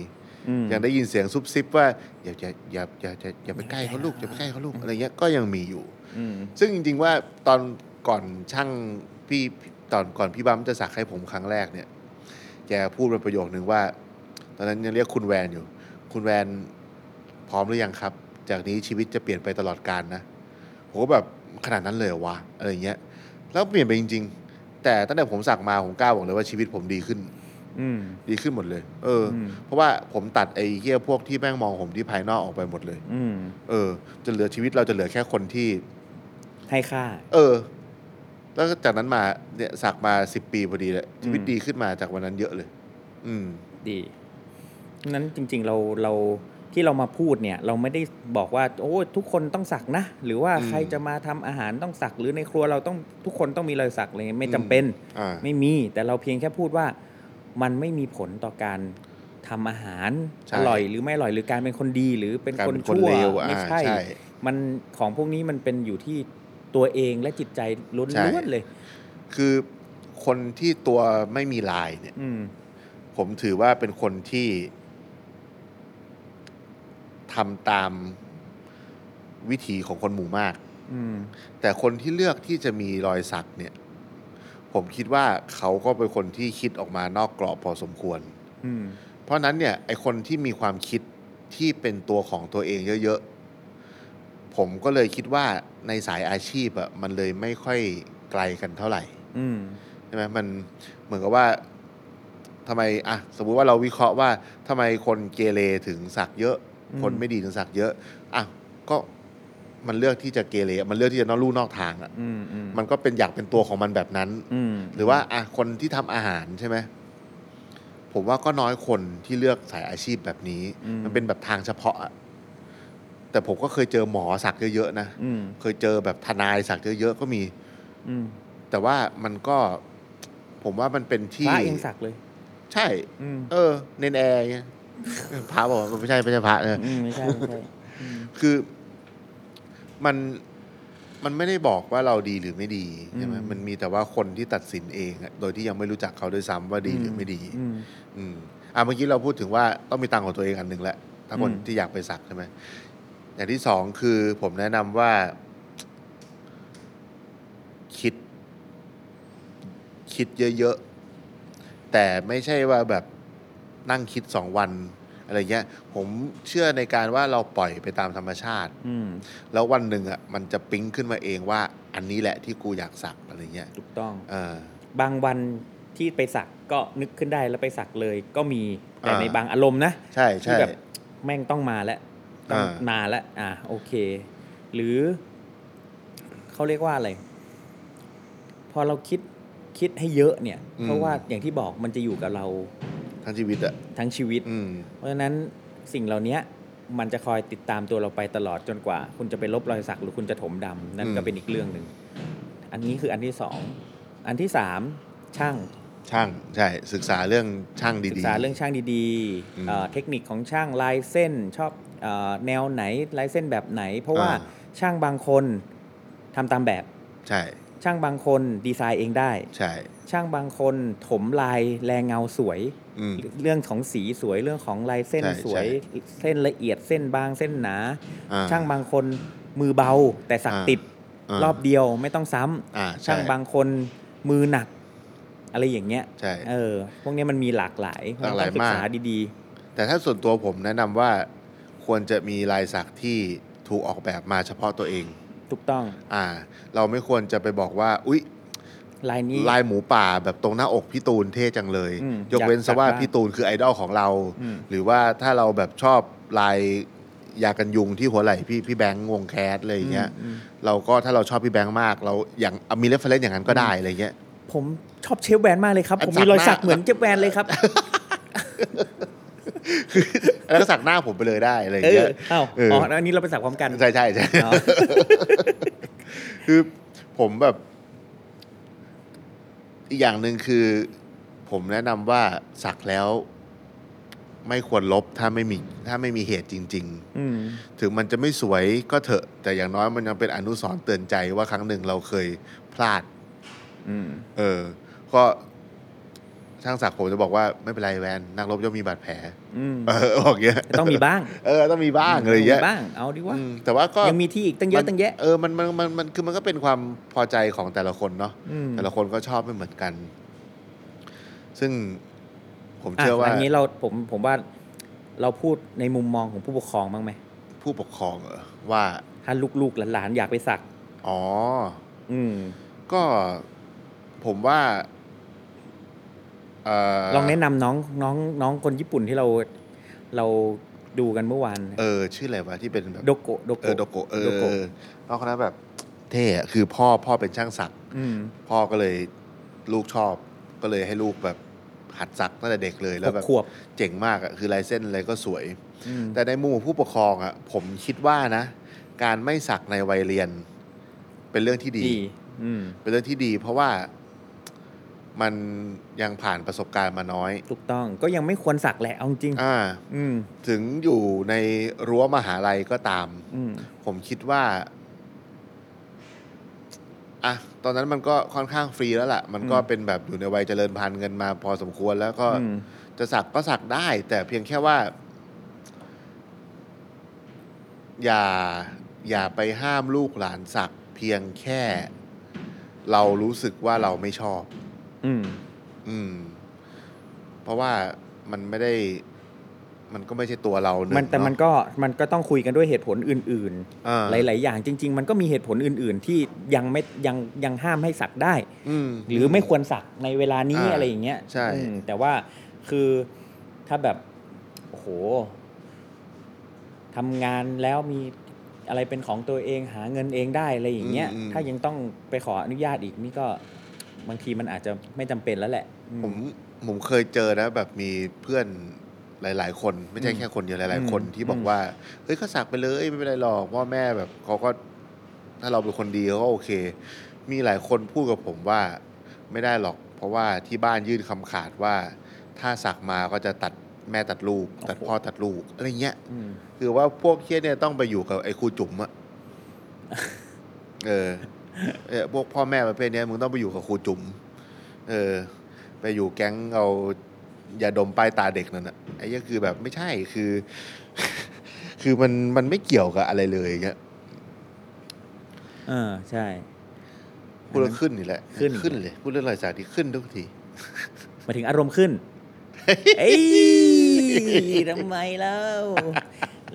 C: อืม
B: ยังได้ยินเสียงซุบซิบว่าอย่าอย่าอย่าอย่าอย่าอย่าไปใกล้เขาลูกอย่าไปใกล้เขาลูกอะไรเงี้ยก็ยังมีอยู่
C: อืม
B: ซึ่งจริงๆว่าตอนก่อนช่างพี่ตอนก่อนพี่บัมจะสักให้ผมครั้งแรกเนี่ยแกพูดเป็นประโยคนึงว่า ตอนนั้นยังเรียกคุณแวนอยู่ คุณแวนพร้อมหรือยังครับ จากนี้ชีวิตจะเปลี่ยนไปตลอดกาลนะผมก็แบบขนาดนั้นเลยเหรอวะอะไรเงี้ย แล้วเปลี่ยนไปจริง ๆ แต่ตั้งแต่ผมสักมาผมกล้าบอกเลยว่าชีวิตผมดีขึ้น
C: อืม
B: ดีขึ้นหมดเลย เอออ
C: ม
B: เพราะว่าผมตัดไอ้เหี้ยพวกที่แม่งมองผมที่ภายนอกออกไปหมดเลย
C: อืม
B: เออจะเหลือชีวิตเราจะเหลือแค่คนที่
C: ให้ค่า
B: เออ แล้วก็จากนั้นมาเนี่ยสักมาสิบปีพอดีเลยชีวิต
C: อืม
B: ดีขึ้นมาจากวันนั้นเยอะเลย อืม
C: ดีนั้นจริง ๆเราเราที่เรามาพูดเนี่ย เราไม่ได้บอกว่า โอ้ทุกคนต้องสักนะ หรือว่า
B: อืม
C: ใครจะมาทำอาหารต้องสัก หรือในครัวเราต้องทุกคนต้องมีรอยสักอะไรเงี้ยไม่จำเป็น
B: อ่า
C: ไม่มี แต่เราเพียงแค่พูดว่ามันไม่มีผลต่อการทำอาหาร
B: ใช่
C: อร่อย หรือไม่อร่อยหรือการเป็นคนดี หรือเป็น
B: การ
C: คน
B: เป็นคน
C: ชั่ว
B: เลวอ่า
C: ไม่ใช่
B: ใช่
C: มันของพวกนี้มันเป็นอยู่ที่ตัวเองและจิตใจล้
B: ใช่
C: วนๆเลย
B: คือคนที่ตัวไม่มีลายเนี่ย
C: อืม
B: ผมถือว่าเป็นคนที่ทำตามวิถีของคนหมู่มาก
C: อืม
B: แต่คนที่เลือกที่จะมีรอยสักเนี่ย ผมคิดว่าเขาก็เป็นคนที่คิดออกมานอกกรอบพอสมควร
C: อืม
B: เพราะฉะนั้นเนี่ยไอคนที่มีความคิดที่เป็นตัวของตัวเองเยอะๆ ผมก็เลยคิดว่าในสายอาชีพอะมันเลยไม่ค่อยไกลกันเท่าไหร่
C: อืม
B: ใช่ไหมมันเหมือนกับว่า ทำไมอ่ะสมมุติว่าเราวิเคราะห์ว่าทำไมคนเกเรถึงสักเยอะ
C: อืม
B: คนไม่ดีถึงสักเยอะอ่ะก็มันเลือกที่จะเกเรมันเลือกที่จะนอกลู่นอกทางอ่ะ
C: อืมอืม
B: มันก็เป็นอยากเป็นตัวของมันแบบนั้น
C: อืม
B: หรือว่าอ่ะคนที่ทำอาหารใช่ไหมผมว่าก็น้อยคนที่เลือกสายอาชีพแบบนี้
C: อื
B: มันเป็นแบบทางเฉพาะอะแต่ผมก็เคยเจอหมอสักเยอะๆนะ
C: อืม
B: เคยเจอแบบทนายสักเยอะๆก็มี
C: อืม
B: แต่ว่ามันก็ ผมว่ามันเป็นที่
C: พระเองสักเลย
B: ใช่
C: อืม
B: เออ เนนแอร์เงี้ <laughs> ยพระบอกว่าไม่ใช่ไม่ใช่พระเออ
C: อืมไม่ใช่ไม่ใช่อืม
B: คือมันมันไม่ได้บอกว่าเราดีหรือไม่ดีใช่ไหม
C: อืม
B: มันมีแต่ว่าคนที่ตัดสินเองอะโดยที่ยังไม่รู้จักเขาด้วยซ้ำว่าดีหรือไม่ดี
C: อืม
B: อืมอ่ะเมื่อกี้เราพูดถึงว่าต้องมีตังค์ของตัวเองอันหนึ่งแหละถ้าคน
C: อืม
B: ที่อยากไปสักใช่ไหมอย่างที่สองคือผมแนะนำว่า คิด คิดเยอะๆ แต่ไม่ใช่ว่าแบบนั่งคิดสองวัน อะไรเงี้ย ผมเชื่อในการว่าเราปล่อยไปตามธรรมชาติ
C: อืม
B: แล้ววันหนึ่งอ่ะมันจะปิ๊งขึ้นมาเองว่า อันนี้แหละที่กูอยากสักอะไรเงี้ย
C: ถูกต้อง
B: เออ
C: บางวันที่ไปสักก็นึกขึ้นได้แล้วไปสักเลยก็มีแต่
B: อ่า
C: ในบางอารมณ์นะ
B: ใช่
C: ที่
B: ใช่
C: แบบแม่งต้องมาแล้วต้อง
B: อ่าม
C: นานแล้วอ่ะโอเค หรือเขาเรียกว่าอะไร พอเราคิดคิดให้เยอะเนี่ย เพราะว่าอย่างที่บอกมันจะอยู่กับเรา
B: ทั้งชีวิตอ่ะ
C: ทั้งชีวิต
B: อืม
C: เพราะฉะนั้นสิ่งเหล่านี้มันจะคอยติดตามตัวเราไปตลอดจนกว่า คุณจะไปลบรอยสักหรือคุณจะถมดำนั่นก็
B: อืม
C: เป็นอีกเรื่องหนึ่งอันนี้คืออันที่สองอันที่สามช่าง
B: ช่างใช่ศึกษาเรื่องช่างดีๆ
C: ศึกษาเรื่องช่างดี
B: อื
C: ๆ
B: ม
C: เอ่อเทคนิคของช่างลายเส้นชอบเออแนวไหนลายเส้นแบบไหน เพราะว่า
B: อ่า
C: ช่างบางคนทำตามแบบ
B: ใช่
C: ช่างบางคนดีไซน์เองได้
B: ใช่
C: ช่างบางคนถมลายแรงเงาสวย
B: อืม
C: เรื่องของสีสวยเรื่องของลายเส้น
B: ใช่
C: สวย
B: ใ
C: เส้นละเอียดเส้นบางเส้นหนา
B: อ่
C: ช่างบางคนมือเบาแต่สัก
B: อ่า
C: ติด
B: าร
C: อบเดียวไม่ต้องซ้ำ
B: อ่าใ
C: ช่างบางคนมือหนัก อะไรอย่างเงี้ย
B: ใช่
C: เออ พวกเนี้ยมันมีหลากหลาย
B: หลากหลาย
C: นต้องศึกษาม
B: าก
C: ดี
B: แต่ถ้าส่วนตัวผมแนะนำว่าควรจะมีลายสักที่ถูกออกแบบมาเฉพาะตัวเอง
C: ๆ ถูกต้อง
B: อ่า เราไม่ควรจะไปบอกว่า อุ๊ย
C: ลายนี้
B: ลายหมูป่าแบบตรงหน้าอกพี่ตูนเท่จังเลย
C: อืม
B: ยกเว้นซะว่า
C: อยากสักบ้าง
B: พี่ตูนคือไอดอลของเรา
C: อืม
B: หรือว่าถ้าเราแบบชอบลายยากันยุงที่หัวไหล่พี่พี่แบงค์วงแคสอะไรอย่างเงี้ย
C: อืม
B: เราก็ถ้าเราชอบพี่แบงค์มาก เราอย่างอ่ะมีเรฟเฟรนซ์อย่างนั้นก็ได้อะไรเงี้ย
C: ผมชอบเชฟแวนมากเลยครับ
B: อัน
C: ผม
B: สัก
C: มีรอยสัก
B: หน้า
C: เหมือนเชฟแวนเลยครับ
B: <laughs> แล้วก็สักหน้าผมไปเลยได้อะไรอย่าง
C: เออ
B: เงี้
C: ย เอ้า
B: เอออ๋
C: อ๋ออันนี้เราไปสักพร้อมกัน
B: ใช่ใช่ใช่
C: อ๋อ
B: <laughs> คือผมแบบ อีกอย่างหนึ่งคือ ผมแนะนำว่าสักแล้ว ไม่ควรลบถ้าไม่มี ถ้าไม่มีเหตุจริง
C: อืม
B: ๆ ถึงมันจะไม่สวยก็เถอะ แต่อย่างน้อยมันยังเป็นอนุสรณ์เตือนใจว่าครั้งหนึ่งเราเคยพลาด
C: อืม
B: เออ ก็ช่างสักผมจะบอกว่าไม่เป็นไรแวนนักรบย่อมมีบาดแผล
C: อืม
B: เออบอกอย่างเงี้ย
C: ต้องมีบ้าง
B: เออต้องมีบ้างอะไรอย่างเงี้ย
C: มีบ้าง เอาดิว่า
B: อืมแต่ว่าก็
C: ยังมีที่อีกตั้งเยอะ
B: มัน
C: ตั้งแยะ
B: เออ มัน มัน มัน มัน คือ มันก็เป็นความพอใจของแต่ละคนเนาะ
C: อืม
B: แต่ละคนก็ชอบไม่เหมือนกัน ซึ่งผม
C: อ่ะ
B: เชื่อว่า
C: อันนี้เราผมผมว่าเราพูดในมุมมองของผู้ปกครองบ้างไหม
B: ผู้ปกครองเหรอว่า
C: ถ้าลูกๆหลานๆอยากไปสัก
B: อ๋อ
C: อืม
B: ก็ผมว่าเออ
C: ลองแนะนำน้องน้องน้องคนญี่ปุ่นที่เราเราดูกันเมื่อวาน
B: เออ ชื่ออะไรวะที่เป็นแบบ
C: โดโกะโด
B: เออโด
C: โกะ
B: โกะเออ
C: โดโกะ
B: น้องคนนั้นแบบ เท่อะคือพ่อพ่อเป็นช่างสัก
C: อืม
B: พ่อก็เลยลูกชอบ ก็เลยให้ลูกแบบหัดสักตั้งแต่เด็กเลย
C: ห
B: แล้ว
C: ก
B: แบบ
C: ขวบ
B: เจ๋งมากอะคือลายเส้นอะไรก็สวย
C: อืม
B: แต่ในมุมของผู้ปกครองอะผมคิดว่านะ การไม่สักในวัยเรียน เป็นเรื่องที่ดี
C: ดีอืม
B: เป็นเรื่องที่ดี เพราะว่ามันยังผ่านประสบการณ์มาน้อย
C: ถูกต้องก็ยังไม่ควรสักแหละเอาจริง
B: อ่า
C: อืม
B: ถึงอยู่ในรั้วมหาลัยก็ตาม
C: อืม
B: ผมคิดว่าอ่ะตอนนั้นมันก็ค่อนข้างฟรีแล้วล่ะ มันก็เป็นแบบอยู่ในวัยเจริญพันธุ์เงินมาพอสมควรแล้วก็
C: อืม
B: จะสักก็สักได้ แต่เพียงแค่ว่า อย่าอย่าไปห้ามลูกหลานสัก เพียงแค่ เรารู้สึกว่าเราไม่ชอบ
C: อืม
B: อืม เพราะว่ามันไม่ได้ มันก็ไม่ใช่ตัวเราหง
C: มันแต่มัน
B: เาะ
C: ก็มันก็ต้องคุยกันด้วยเหตุผลอื่น
B: อ่า
C: ๆ หลาย ๆ อย่างจริง ๆ มันก็มีเหตุผลอื่น ๆ ที่ยังไม่ยังยังห้ามให้สักได้
B: อืม
C: หรือไม่ควรสักในเวลานี้
B: อ่า
C: อะไรอย่างเงี้ย
B: ใช่
C: อืมแต่ว่า คือถ้าแบบ โอ้โหทำงานแล้วมีอะไรเป็นของตัวเองหาเงินเองได้อะไรอย่างเงี้ย
B: อืมอืม
C: ถ้ายังต้องไปขออนุญาตอีกนี่ก็บางทีมันอาจจะไม่จำเป็นแล้วแหละอื
B: ผมผมเคยเจอนะแบบมีเพื่อนหลาย ๆ คนไม่ใช่แค่คนเดียวหลาย ๆ คนที่บอกว่าเฮ้ยก็สักไปเลยไม่เป็นไรหรอกพ่อแม่แบบเขาก็ถ้าเราเป็นคนดีเขาก็โอเค มีหลายคนพูดกับผมว่าไม่ได้หรอก เพราะว่าที่บ้านยื่นคำขาดว่า ถ้าสักมาก็จะตัดแม่ตัดลูก ตัดพ่อตัดลูกอะไรเงี้ย
C: อืม
B: คือว่าพวกเคี้ยเนี่ยต้องไปอยู่กับไอ้ครูจุ๋มอะ เออเออพวกพ่อแม่ประเภทเนี้ยมึงต้องไปอยู่กับครูจุ๋ม เออ ไปอยู่แก๊งเอายาดมป้ายตาเด็กนั่นอะไอ้ก็คือแบบไม่ใช่คือ <laughs> คือมันมันไม่เกี่ยวกับอะไรเลยเงี้ย
C: เออใช่
B: พูดแล้วขึ้นนี่แหละ
C: ขึ้น
B: ขึ้นเลยพูดเรื่องรอยสักที่ขึ้นทุกที
C: หมายถึงอารม
B: <laughs>
C: ณ์ขึ้น เอ้ยทำไมแล้ว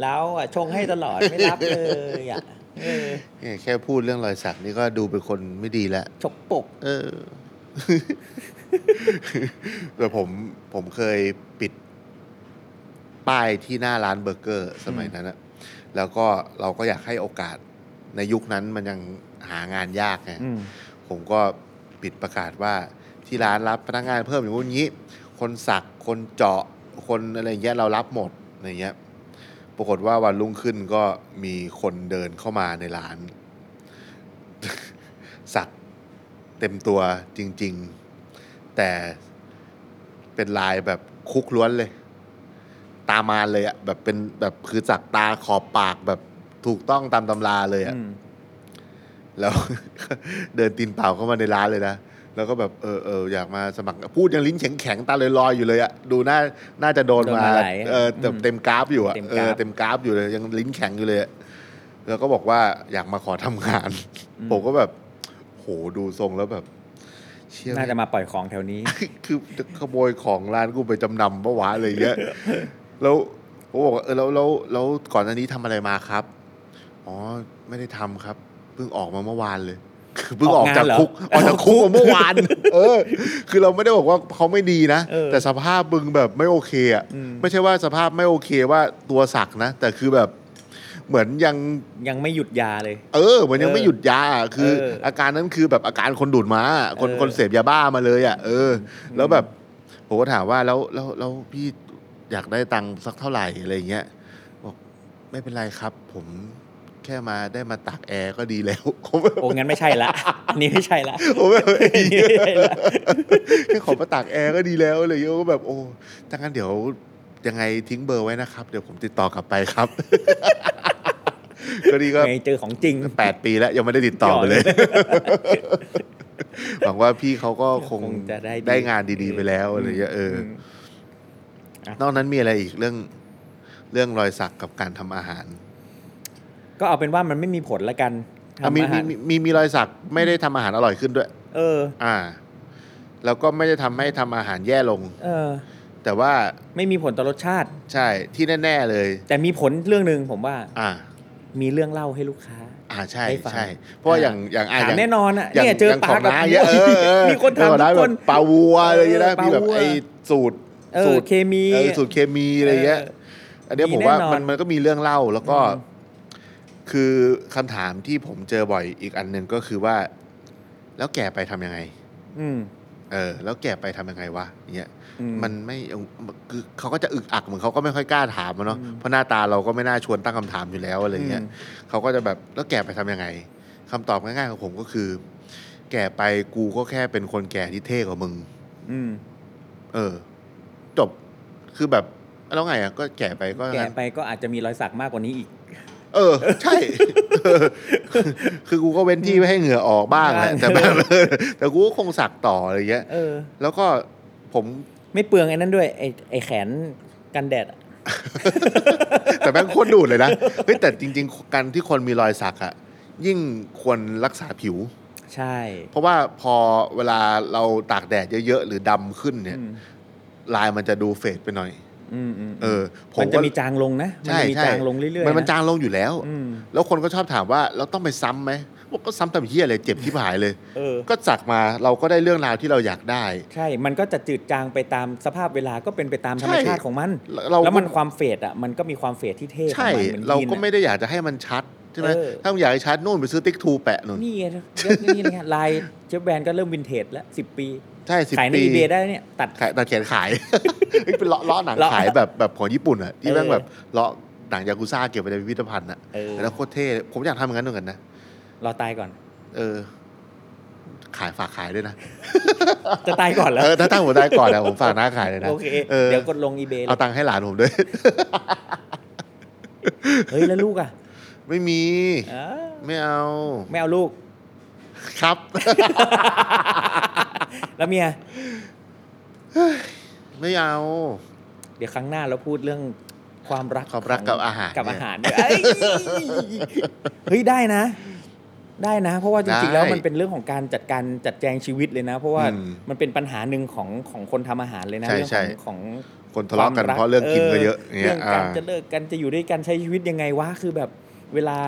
C: เราอ่ะชงให้ตลอดไม่รับเลยอ่ะเออ
B: เนี่ยแค่พูดเรื่องรอยสักนี่ก็ดูเป็นคนไม่ดีแล้ว
C: ฉกปก
B: เออ <laughs> แต่ผมผมเคยปิดป้ายที่หน้าร้านเบอร์เกอร์สมัยนั้นอะแล้วก็เราก็อยากให้โอกาสในยุคนั้นมันยังหางานยากไง
C: อืม
B: ผมก็ปิดประกาศว่าที่ร้านรับพนักงานเพิ่มอย่างงู้นอย่างนี้ คนสักคนเจาะคนอะไรอย่างเงี้ยเรารับหมดอะไรเงี้ย ปรากฏว่าวันรุ่งขึ้นก็มีคนเดินเข้ามาในร้าน <laughs> สักเต็มตัวจริง ๆ แต่เป็นลายแบบคุกล้วนเลย ตามมาเลยอะแบบเป็นแบบคือสักตาขอบปากแบบถูกต้องตามตำราเลยอะ
C: อืม
B: แล้ว <laughs> เดินตีนเปล่าเข้ามาในร้านเลยนะ แล้วก็แบบเออเอออยากมาสมัคร พูดยังลิ้นแข็งแข็งๆตาลอยลอยๆอยู่เลยอะดูน่าน่าจะโดน
C: โด
B: มา
C: นมาหลาย
B: เออเต็ม
C: อืม
B: เต็มกราฟอยู่อะ
C: เต็ม
B: เอก
C: ราฟ
B: อเต็มกราฟอยู่เลยยังลิ้นแข็งอยู่เลยอะแล้วก็บอกว่าอยากมาขอทำงาน ผมก็แบบ โหดูทรงแล้วแบบ เชี่ย
C: น่าจะมาปล่อยของแถวนี้
B: <laughs> คือจะขโมยของร้านกูไปจำนำปะวะอะไรอย่างเงี้ย
C: <laughs>
B: แล้วผมบอกว่าเออแล้วแล้วแล้วก่อนหน้านี้ทำอะไรมาครับ อ๋อ ไม่ได้ทำครับ เพิ่งออกมาเมื่อวานเลย คือเพิ่งอ
C: อ
B: อ
C: อก
B: จา
C: กา
B: ง
C: ก นเหรอ
B: คุกออกจากคุกมาเมื่อ
C: <laughs>
B: วาน เออ คือเราไม่ได้บอกว่าเขาไม่ดีนะ
C: เออ
B: แต่สภาพมึงแบบไม่โอเคอ่ะ
C: อืม
B: ไม่ใช่ว่าสภาพไม่โอเคว่าตัวสักนะ แต่คือแบบเหมือนยัง
C: ยังไม่หยุดยาเลย
B: เออเหมือนยังไม่
C: เออ
B: หยุดยาอะคือ
C: เออ
B: อาการนั้นคือแบบอาการคนดูดมาอะคน
C: เออ
B: คนเสพยาบ้ามาเลยอ่ะเอออ แล้วแบบผมก็ถามว่าแล้วแล้วแล้วพี่อยากได้ตังค์สักเท่าไหร่อะไรอย่างเงี้ยบอกไม่เป็นไรครับ ผมแค่มาได้มาตากแอร์ก็ดีแล้ว <laughs> ผมแบบ
C: โอ้งั้นไม่ใช่ละ <laughs> อันนี้ไม่ใช่ละ
B: ผมแบบไอ้เหี้ย
C: ไม่ใช่ละ
B: แค่ขอมาตากแอร์ก็ดีแล้วอะไรอย่างเงี้ยก็แบบโอ้ถ้างั้นเดี๋ยวยังไงทิ้งเบอร์ไว้นะครับ เดี๋ยวผมติดต่อกลับไปครับ <laughs> ก็ดีก็
C: ไงเจอของจริง
B: แปดปีแล้วยังไม่ได้ติดต่อมาเลย หวังว่าพี่เขาก็คง
C: คงจะได้ดี
B: ได้งานดี ๆ
C: เออ
B: ไปแล้วอะไรเงี้ยเอออ
C: ม ม
B: นอกนั้นมีอะไรอีกเรื่องเรื่องรอยสักกับการทำอาหาร
C: ก็เอาเป็นว่ามันไม่มีผลละกันทำ
B: อ่ะมี
C: อา
B: มี
C: หาร
B: มีมีมีรอยสักไม่ได้ทำอาหารอร่อยขึ้นด้วย
C: เออ
B: อ่า แล้วก็ไม่ได้ทำให้ทำอาหารแย่ลง
C: เออ
B: แต่ว่า
C: ไม่มีผลต่อรสชาติ
B: ใช่ที่แน่ ๆเลย
C: แต่มีผลเรื่องหนึ่งผมว่า
B: อ่า
C: มีเรื่องเล่าให้ลูกค้า
B: อ่าใช่
C: ได้ฟัง
B: ใช่เพราะว่าอย่างอย่างอ่ะ
C: ถาม
B: ย่าง
C: แน่นอนอะ
B: ย่าง
C: เนี่ยเจอ
B: างขง
C: ปลาแบบ
B: น้เยอะเออเออ
C: <laughs> มีคนถาม
B: เรื่อ
C: ทุ
B: งของ
C: กคน
B: แบบปลาวัวอะไรอย่างเงี้ยนะ
C: เออ
B: มีแบบ
C: ปลาวัว
B: ไอ้สูตร
C: เอ
B: สู
C: อ
B: ตร
C: เคมี
B: เออสูตรเคมีอะไรเงี้ย
C: เออ
B: อันเนี้ย
C: มี
B: ผมว่า
C: แน่นอน
B: มันมันก็มีเรื่องเล่าแล้วก็
C: อืม
B: คือคำถามที่ผมเจอบ่อยอีกอันหนึ่งก็คือว่า แล้วแก่ไปทำยังไง
C: อืม
B: เออ แล้วแก่ไปทำยังไงวะเงี้ย
C: อื
B: มันไม่คือเขาก็จะอึกอักเหมือนเขาก็ไม่ค่อยกล้าถามอะเนาะ
C: อืม
B: เพราะหน้าตาเราก็ไม่น่าชวนตั้งคำถามอยู่แล้วอะไรเงี้ย
C: ม
B: เขาก็จะแบบแล้วแก่ไปทำยังไงคำตอบง่ายๆของผมก็คือ แก่ไปกูก็แค่เป็นคนแก่ที่เท่กว่ามึง
C: อืม
B: เออ จบคือแบบแล้วไงอ่ะก็แก่ไปก็
C: แก่ไปก็อาจจะมีรอยสักมากกว่านี้อีก
B: เออ ใช่ <laughs> คือคือกูก็เว้นที่ไว้ให้เหงื่อออกบ้างแหละ
C: บ้าง
B: แต่ <laughs> แบบเออแต่กูก็คงสักต่ออะไรเงี้ย
C: เออ
B: แล้วก็ผม
C: ไม่เปลืองไอ้นั่นด้วย ไอ้ไอ้แขนกันแดดอะ
B: แต่แม่งโค <laughs> ตรดูดเลยนะเฮ้ยแต่จริง ๆ การที่คนมีรอยสักอะยิ่งควรรักษาผิว
C: ใช่
B: เพราะว่าพอเวลาเราตากแดดเยอะๆ หรือดำขึ้นเนี่ย
C: อืม
B: ลายมันจะดูเฟดไปหน่อย
C: อืมอืม
B: เออผ
C: มั
B: ม
C: นจะ
B: ก็
C: มีจางลงนะ มั
B: ใช่
C: จะมี
B: ใช่
C: จางลงเรื่อยๆ
B: มันมัน
C: นะ
B: จางลงอยู่แล้ว
C: อืม
B: แล้วคนก็ชอบถามว่าเราต้องไปซ้ำไหม บอกก็ซ้ำตำเฮียเลยเจ็บที่ผายเลย
C: เออ
B: ก็สักมาเราก็ได้เรื่องราวที่เราอยากได้
C: ใช่ มันก็จะจืดจางไปตามสภาพเวลาก็เป็นไปตามธรรมชาติของมัน
B: เรา
C: แล้วมันความเฟดอ่ะ มันก็มีความเฟดที่เท่ของ
B: ใช่
C: มันหอน
B: เรา
C: ยีน
B: ก็
C: อะ
B: ไม่ได้อยากจะให้มันชัดใช่ไหม
C: เออ
B: ถ้ามึงอยากให้ชัดนู่นไปซื้อติ๊กทูแปะนู่น
C: นี่ไงเยอะนี่เลยฮะลายเจฟแบนก็เริ่มวินเทจแล้วสิบปี
B: ใช่สิบ
C: ขายใน
B: ปี
C: อีเบได้เนี่ย ตัด
B: ขายตัดแขน
C: <laughs>
B: ขาย เฮ้ยเป็นเลาะเลาะหนัง
C: เลาะ
B: ขายแบบแบบของญี่ปุ่นอะที่
C: เออ
B: แม่งแบบเลาะหนังยากุซ่าเก็บไว้ในพิพิธภัณฑ์อะ
C: เออ
B: แล้วโคตรเท่เลยผมอยากทำอย่างนั้นเหมือนกันนะ
C: รอตายก่อน
B: เออ ขายฝากขายด้วยนะ
C: จะตายก่อนแล้ว
B: เออถ้าตั้งผมได้ก่อนนะผมฝากน้าขายเลยนะ
C: โอเค
B: เออ
C: เดี๋ยวกดลงอีเบเล
B: เอา
C: ย
B: ตังค์ให้หลานผมด้วย <laughs>
C: เฮ้ย แล้วลูกอ่ะ
B: ไม่มี
C: อ้าว
B: ไม่เอา
C: ไม่เอาลูก
B: ครับ <laughs>
C: แล้วเมีย
B: ไม่เอา
C: เดี๋ยวครั้งหน้าเราพูดเรื่องความรัก
B: ความรัก
C: ของ
B: กับอาหาร
C: กับ
B: เนี่ย
C: อาหารเนี่ยเอ้ยเฮ้ยได้นะ ได้นะ เพราะว่าจริงๆ
B: ได้
C: แล้วมันเป็นเรื่องของการจัดการจัดแจงชีวิตเลยนะ เพราะว่า
B: อืม
C: มันเป็นปัญหาหนึ่งของของคนทำอาหารเลยนะ
B: ใช่
C: เรื่อง
B: ใช่
C: ของของ
B: คนทะเลาะกัน
C: ควม
B: เพราะเรื่องกินก็เยอะ
C: เรื่
B: เนี่
C: อย ง
B: อ่า
C: การจะเลิกกันจะอยู่ด้วยกันใช้ชีวิตยังไงวะคือแบบเวลา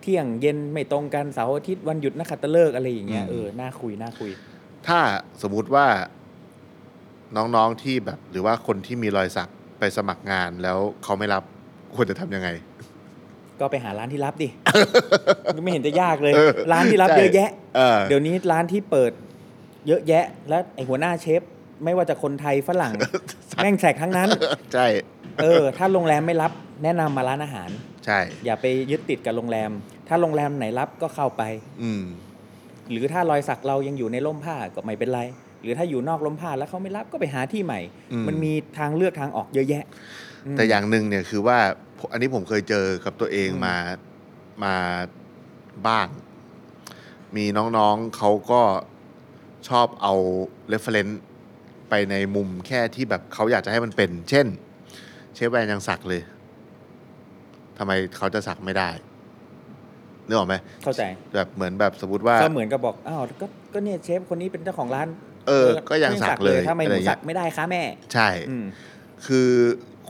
C: เที่ยงเย็นไม่ตรงกันเสาร์อาทิตย์วันหยุดนักขัตฤกษ์อะไรอย่างเงี้ย
B: อืม
C: เออน่าคุยน่าคุย
B: ถ้าสมมุติว่าน้องๆที่แบบ หรือว่าคนที่มีรอยสักไปสมัครงานแล้วเขาไม่รับควรจะทำยังไง
C: ก็ไปหาร้านที่
B: <laughs>
C: รับดิ ไม่เห็นจะยากเลย
B: เออ
C: ร้านที่รับ
B: ใช่
C: เยอะแยะ
B: เออ
C: เดี๋ยวนี้ร้านที่เปิดเยอะแยะ และไอหัวหน้าเชฟ ไม่ว่าจะคนไทยฝ
B: <laughs>
C: รั่ง
B: สัตว์
C: แม่งแสกทั้งนั้น
B: ใช่
C: เออ ถ้าโรงแรมไม่รับแนะนำมาร้านอาหาร
B: ใช่
C: อย่าไปยึดติดกับโรงแรม ถ้าโรงแรมไหนรับก็เข้าไป
B: อืม
C: หรือถ้ารอยสักเรายังอยู่ในร่มผ้าก็ไม่เป็นไร หรือถ้าอยู่นอกร่มผ้าแล้วเขาไม่รับก็ไปหาที่ใหม่
B: อืม
C: มันมีทางเลือกทางออกเยอะแยะม
B: แต่อย่างหนึ่งเนี่ยคือว่าผมอันนี้ผมเคยเจอกับตัวเอง
C: อืม
B: มามาบ้าง มีน้องๆเขาก็ชอบเอา reference ไปในมุมแค่ที่แบบเขาอยากจะให้มันเป็น เช่น เชฟแวนยังสักเลยทำไมเขาจะสักไม่ได้นึกออกไหม
C: เข้าใจ
B: แบบเหมือนแบบสมมติว่า
C: ก็เหมือนกับบอกอ้าวก็ก็เนี่ยเชฟคนนี้เป็นเจ้าของร้าน
B: เออก็ยังสักเลย
C: ถ้าไม่ห
B: อะไร
C: นู
B: เงี้ย
C: สักไม่ได้ค่ะแม่
B: ใช่
C: อืม
B: คือ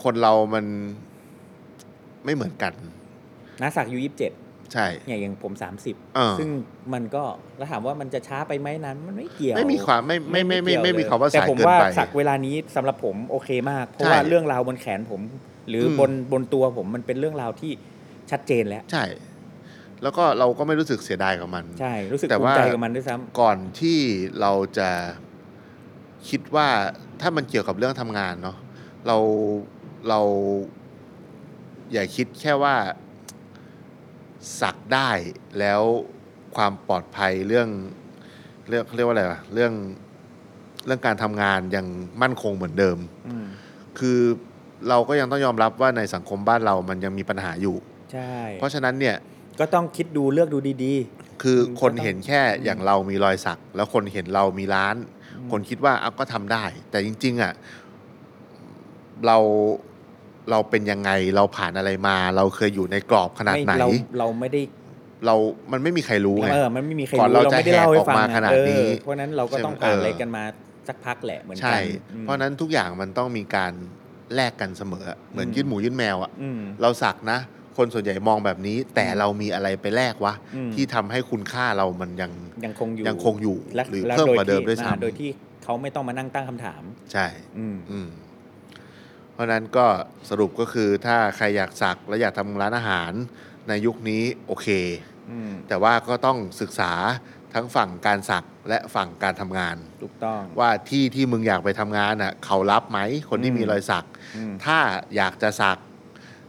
B: คนเรามันไม่เหมือนกัน
C: น้าสักอายู่ยี่สิบเจ็ด
B: ใช่
C: เนี่ยอย่างผม 30
B: เออ
C: ซึ่งมันก็แล้วถามว่ามันจะช้าไปไหมนั้น มันไม่เกี่ยว
B: ไม่มีความไม่ไม่ไม่ไม่ไม่มีคำว่า
C: แต่
B: สาย
C: ผม
B: เกิน
C: ว่า
B: ไป
C: สักเวลานี้สำหรับผมโอเคมาก เพราะ
B: ใช่
C: ว่าเรื่องราวบนแขนผม หรืออ
B: ม
C: บนบนตัวผมมันเป็นเรื่องราวที่ชัดเจนแล้ว
B: ใช่ แล้วก็เราก็ไม่รู้สึกเสียดายกับมัน
C: ใช่รู้สึก
B: แต่
C: ภูมิ
B: ว่า
C: ใจกับมันด้วยซ้ำ
B: ก่อนที่เราจะคิดว่าถ้ามันเกี่ยวกับเรื่องทำงานเนาะเราเรา อย่าคิดแค่ว่า สักได้แล้วความปลอดภัยเรื่อง เรื่องเขาเรียกว่าอะไรวะเรื่องเรื่องการทำงานยังมั่นคงเหมือนเดิม
C: อืม
B: คือเราก็ยังต้องยอมรับว่าในสังคมบ้านเรามันยังมีปัญหาอยู่
C: ใช่
B: เพราะฉะนั้นเนี่ย
C: ก็ต้องคิดดูเลือกดูดี
B: คือคนเห็นแค่อย่างเรามีรอยสัก แล้วคนเห็นเรามีร้าน
C: ๆ
B: คนคิดว่าเอาก็ทำได้ แต่จริง ๆอ่ะเราเราเป็นยังไงเราผ่านอะไรมา เราเคยอยู่ในกรอบขนาดไหน
C: ม่เราเราไม่ได้
B: เรามันไม่มีใครรู้ไง
C: เออมันไม่มีใคร
B: ก่อน
C: รู้
B: เรา
C: เรา
B: จะ
C: ไม่ได้เล่าให้ฟัง
B: แหกออกมาขนาด
C: เออ
B: นี้
C: เพราะฉะนั้นเราก็
B: ใช่ไหม
C: ต้องผ่าน
B: เอออ
C: อะไรกันมาสักพักแหละเหมือนกั
B: ใช่
C: อืม
B: เพราะฉะนั้นทุกอย่างมันต้องมีการแลกกันเสมอ เหมือน
C: อืม
B: ยื่นหมูยื่นแมวอ่ะ
C: อืม
B: เราสักนะ คนส่วนใหญ่มองแบบนี้ แต่เรามีอะไรไปแลกวะ
C: อืม
B: ที่ทำให้คุณค่าเรามันยัง
C: ยังคงอยู่
B: ยังคงอยู่
C: และ
B: หรือ
C: และ
B: เพิ่ม
C: โ
B: กว่าเดิม
C: ที่
B: ด้วย
C: อ่าโดย
B: ซ้ำ
C: ที่เขาไม่ต้องมานั่งตั้งคำถาม
B: ใช่
C: อืม
B: อืมเพราะฉะนั้นก็สรุปก็คือถ้าใครอยากสักและอยากทำร้านอาหารในยุคนี้โอเค
C: อืม
B: แต่ว่าก็ต้องศึกษาทั้งฝั่งการสักและฝั่งการทำงาน
C: ถูกต้อง
B: ว่าที่ที่มึงอยากไปทำงานน่ะเขารับไหมคนที่
C: อืม
B: มีรอยสัก
C: อืม
B: ถ้าอยากจะสัก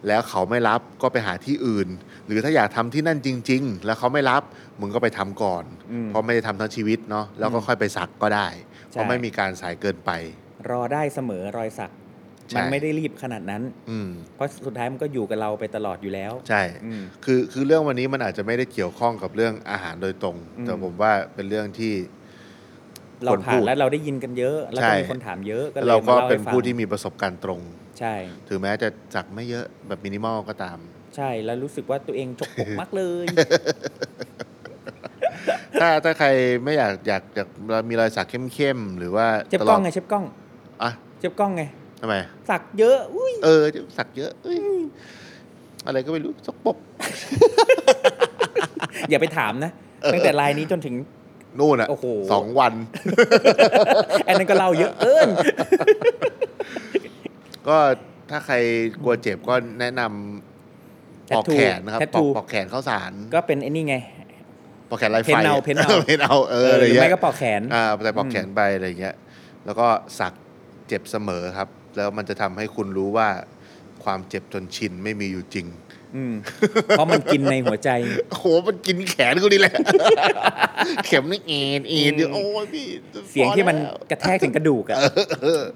B: แล้วเขาไม่รับก็ไปหาที่อื่น หรือถ้าอยากทำที่นั่นจริง ๆ แล้วเขาไม่รับมึงก็ไปทำก่อน
C: อืม
B: เพราะไม่ได้ทำทั้งชีวิตเนาะแล้วก็ค่อยไปสักก็ได้ เพราะ
C: ใช่
B: ไม่มีการสายเกินไป
C: รอได้เสมอรอยสัก
B: ใช่
C: มันไม่ได้รีบขนาดนั้น
B: อืม
C: เพราะสุดท้ายมันก็อยู่กับเราไปตลอดอยู่แล้ว
B: ใช่
C: อืม
B: คือคือเรื่องวันนี้มันอาจจะไม่ได้เกี่ยวข้องกับเรื่องอาหารโดยตรง
C: อืม
B: แต่ผมว่าเป็นเรื่องที่
C: เราผ่า
B: คนพู
C: น
B: ด
C: แล้วเราได้ยินกันเยอะ แล้ว
B: ใช่
C: ก็มีคนถามเยอะก็เลย
B: เราก็
C: มล่ให้
B: เป็นผู้
C: ฟัง
B: ที่มีประสบการณ์ตรง
C: ใช่
B: ถึงแม้จะจักไม่เยอะแบบมินิมอลก็ตาม
C: ใช่แล้วรู้สึกว่าตัวเองจกปกมากเลย
B: <laughs> ถ้าถ้าใครไม่อยากอยากอยากมีรอยสักเข้มๆ หรือว่า
C: เจ็บ
B: ต
C: ก
B: ล
C: ล้
B: อ
C: อ
B: ด
C: งไงเจ็บกล้อง
B: อ่ะ
C: เจ็บกล้องไง
B: ทำไม
C: สักเยอะอุ้ย
B: เออสักเยอะเอ้ยอะไรก็ไม่รู้สกปรก
C: อย่าไปถามนะตั้งแต่ลายนี้จนถึง
B: นู่นอ่ะ
C: โอ้โห
B: สองวัน
C: ไอ้นั่นก็เล่าเยอะเอิน
B: ก็ถ้าใครกลัวเจ็บก็แนะนำปอก
C: Tattoo
B: แขนนะครับปอก
C: Tattoo
B: ปอกแขนข้าวสาร
C: ก็เป็นไอ้นี่ไง
B: ปอกแขนลายไฟ
C: เพนเอาเพนเอา
B: เพนเอาเอ
C: เออ
B: ออะไร
C: หรือ
B: เงี้
C: ไม่
B: ย
C: ก็ปอกแขน
B: อ่าแต่ปอกแขนไปอะไรเงี้ย แล้วก็สักเจ็บเสมอครับ แล้วมันจะทำให้คุณรู้ว่าความเจ็บจนชินไม่มีอยู่จริง
C: อืม เพราะมันกินในหัวใจ
B: โอ้โหมันกินแขนกูนี่แหละ <laughs> เข็มนี่เอ็นเอ็นอยู่โอ้ยพี่
C: เสียงที่มัน
B: พอแล้ว
C: กระแทกถึงกระดูกอ่ะ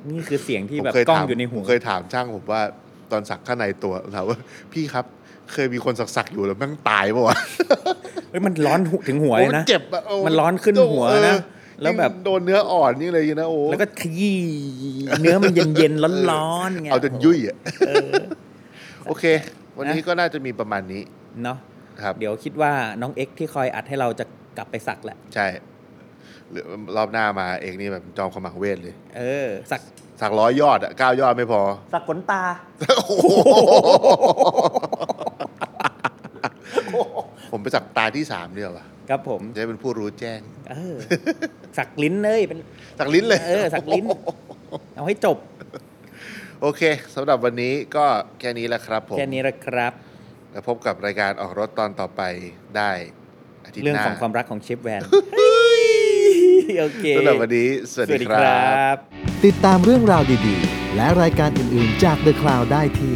C: นี่คือเสียงที่แบบ
B: ผมเค
C: กล้อง
B: ถาม
C: อยู่ในหัว
B: ผมเคยถามช่างผมว่าตอนสักข้างในตัวถามว่าพี่ครับเคยมีคนสักๆอยู่แล้วแม่งตายปะวะ
C: เฮ้ยมันร้อนถึงหัวเลยนะ
B: โอ้เจ็บอะโ
C: มันร้อนขึ้นหัว
B: เออ
C: นะแล้วแบบ
B: ยิ่งโดนเนื้ออ่อนยิ่งเลยนะโอ้
C: แล้วก็ขยี้เนื้อมันเย็นเย็นร้อนร้อนๆไง
B: เอาจนยุ่ยอ่ะ
C: เออ
B: โอเค วันนี้
C: นะ
B: ก็น่าจะมีประมาณนี้
C: เนาะ
B: ครับ
C: เดี๋ยวคิดว่าน้องเอ็กซ์ที่คอยอัดให้เราจะกลับไปสักแหละ
B: ใช่หรือรอบหน้ามาเอกนี่แบบจอมขมังเวทเลย
C: เออ สัก
B: สักร้อยยอดอ่ะเก้ายอดไม่พ
C: <laughs>
B: อ
C: สักขนตา
B: โอ้โหผมไปสักตาที่สามเดียวอ่ะ
C: ครับผม
B: จะได้เป็นผู้รู้แจ้ง
C: เออ สักลิ้นเลยเป็น
B: สักลิ้นเลย
C: เออสัก
B: <laughs>
C: ลิ้น เอาให้จบ
B: โอเคสำหรับวันนี้ก็แค่นี้แหละครับผม
C: แค่นี้ละครับ
B: แล้วพบกับรายการออกรถตอนต่อไปได้อาทิตย์หน้า
C: เรื่องของความรักของเชฟแวนโอเค
B: สำหรับวันนี้ สวัส
C: สวัสดี
B: ดีค
C: ค
B: รั
C: รับ บ
A: ติดตามเรื่องราวดีๆ และรายการอื่นๆจาก The Cloud ได้ที่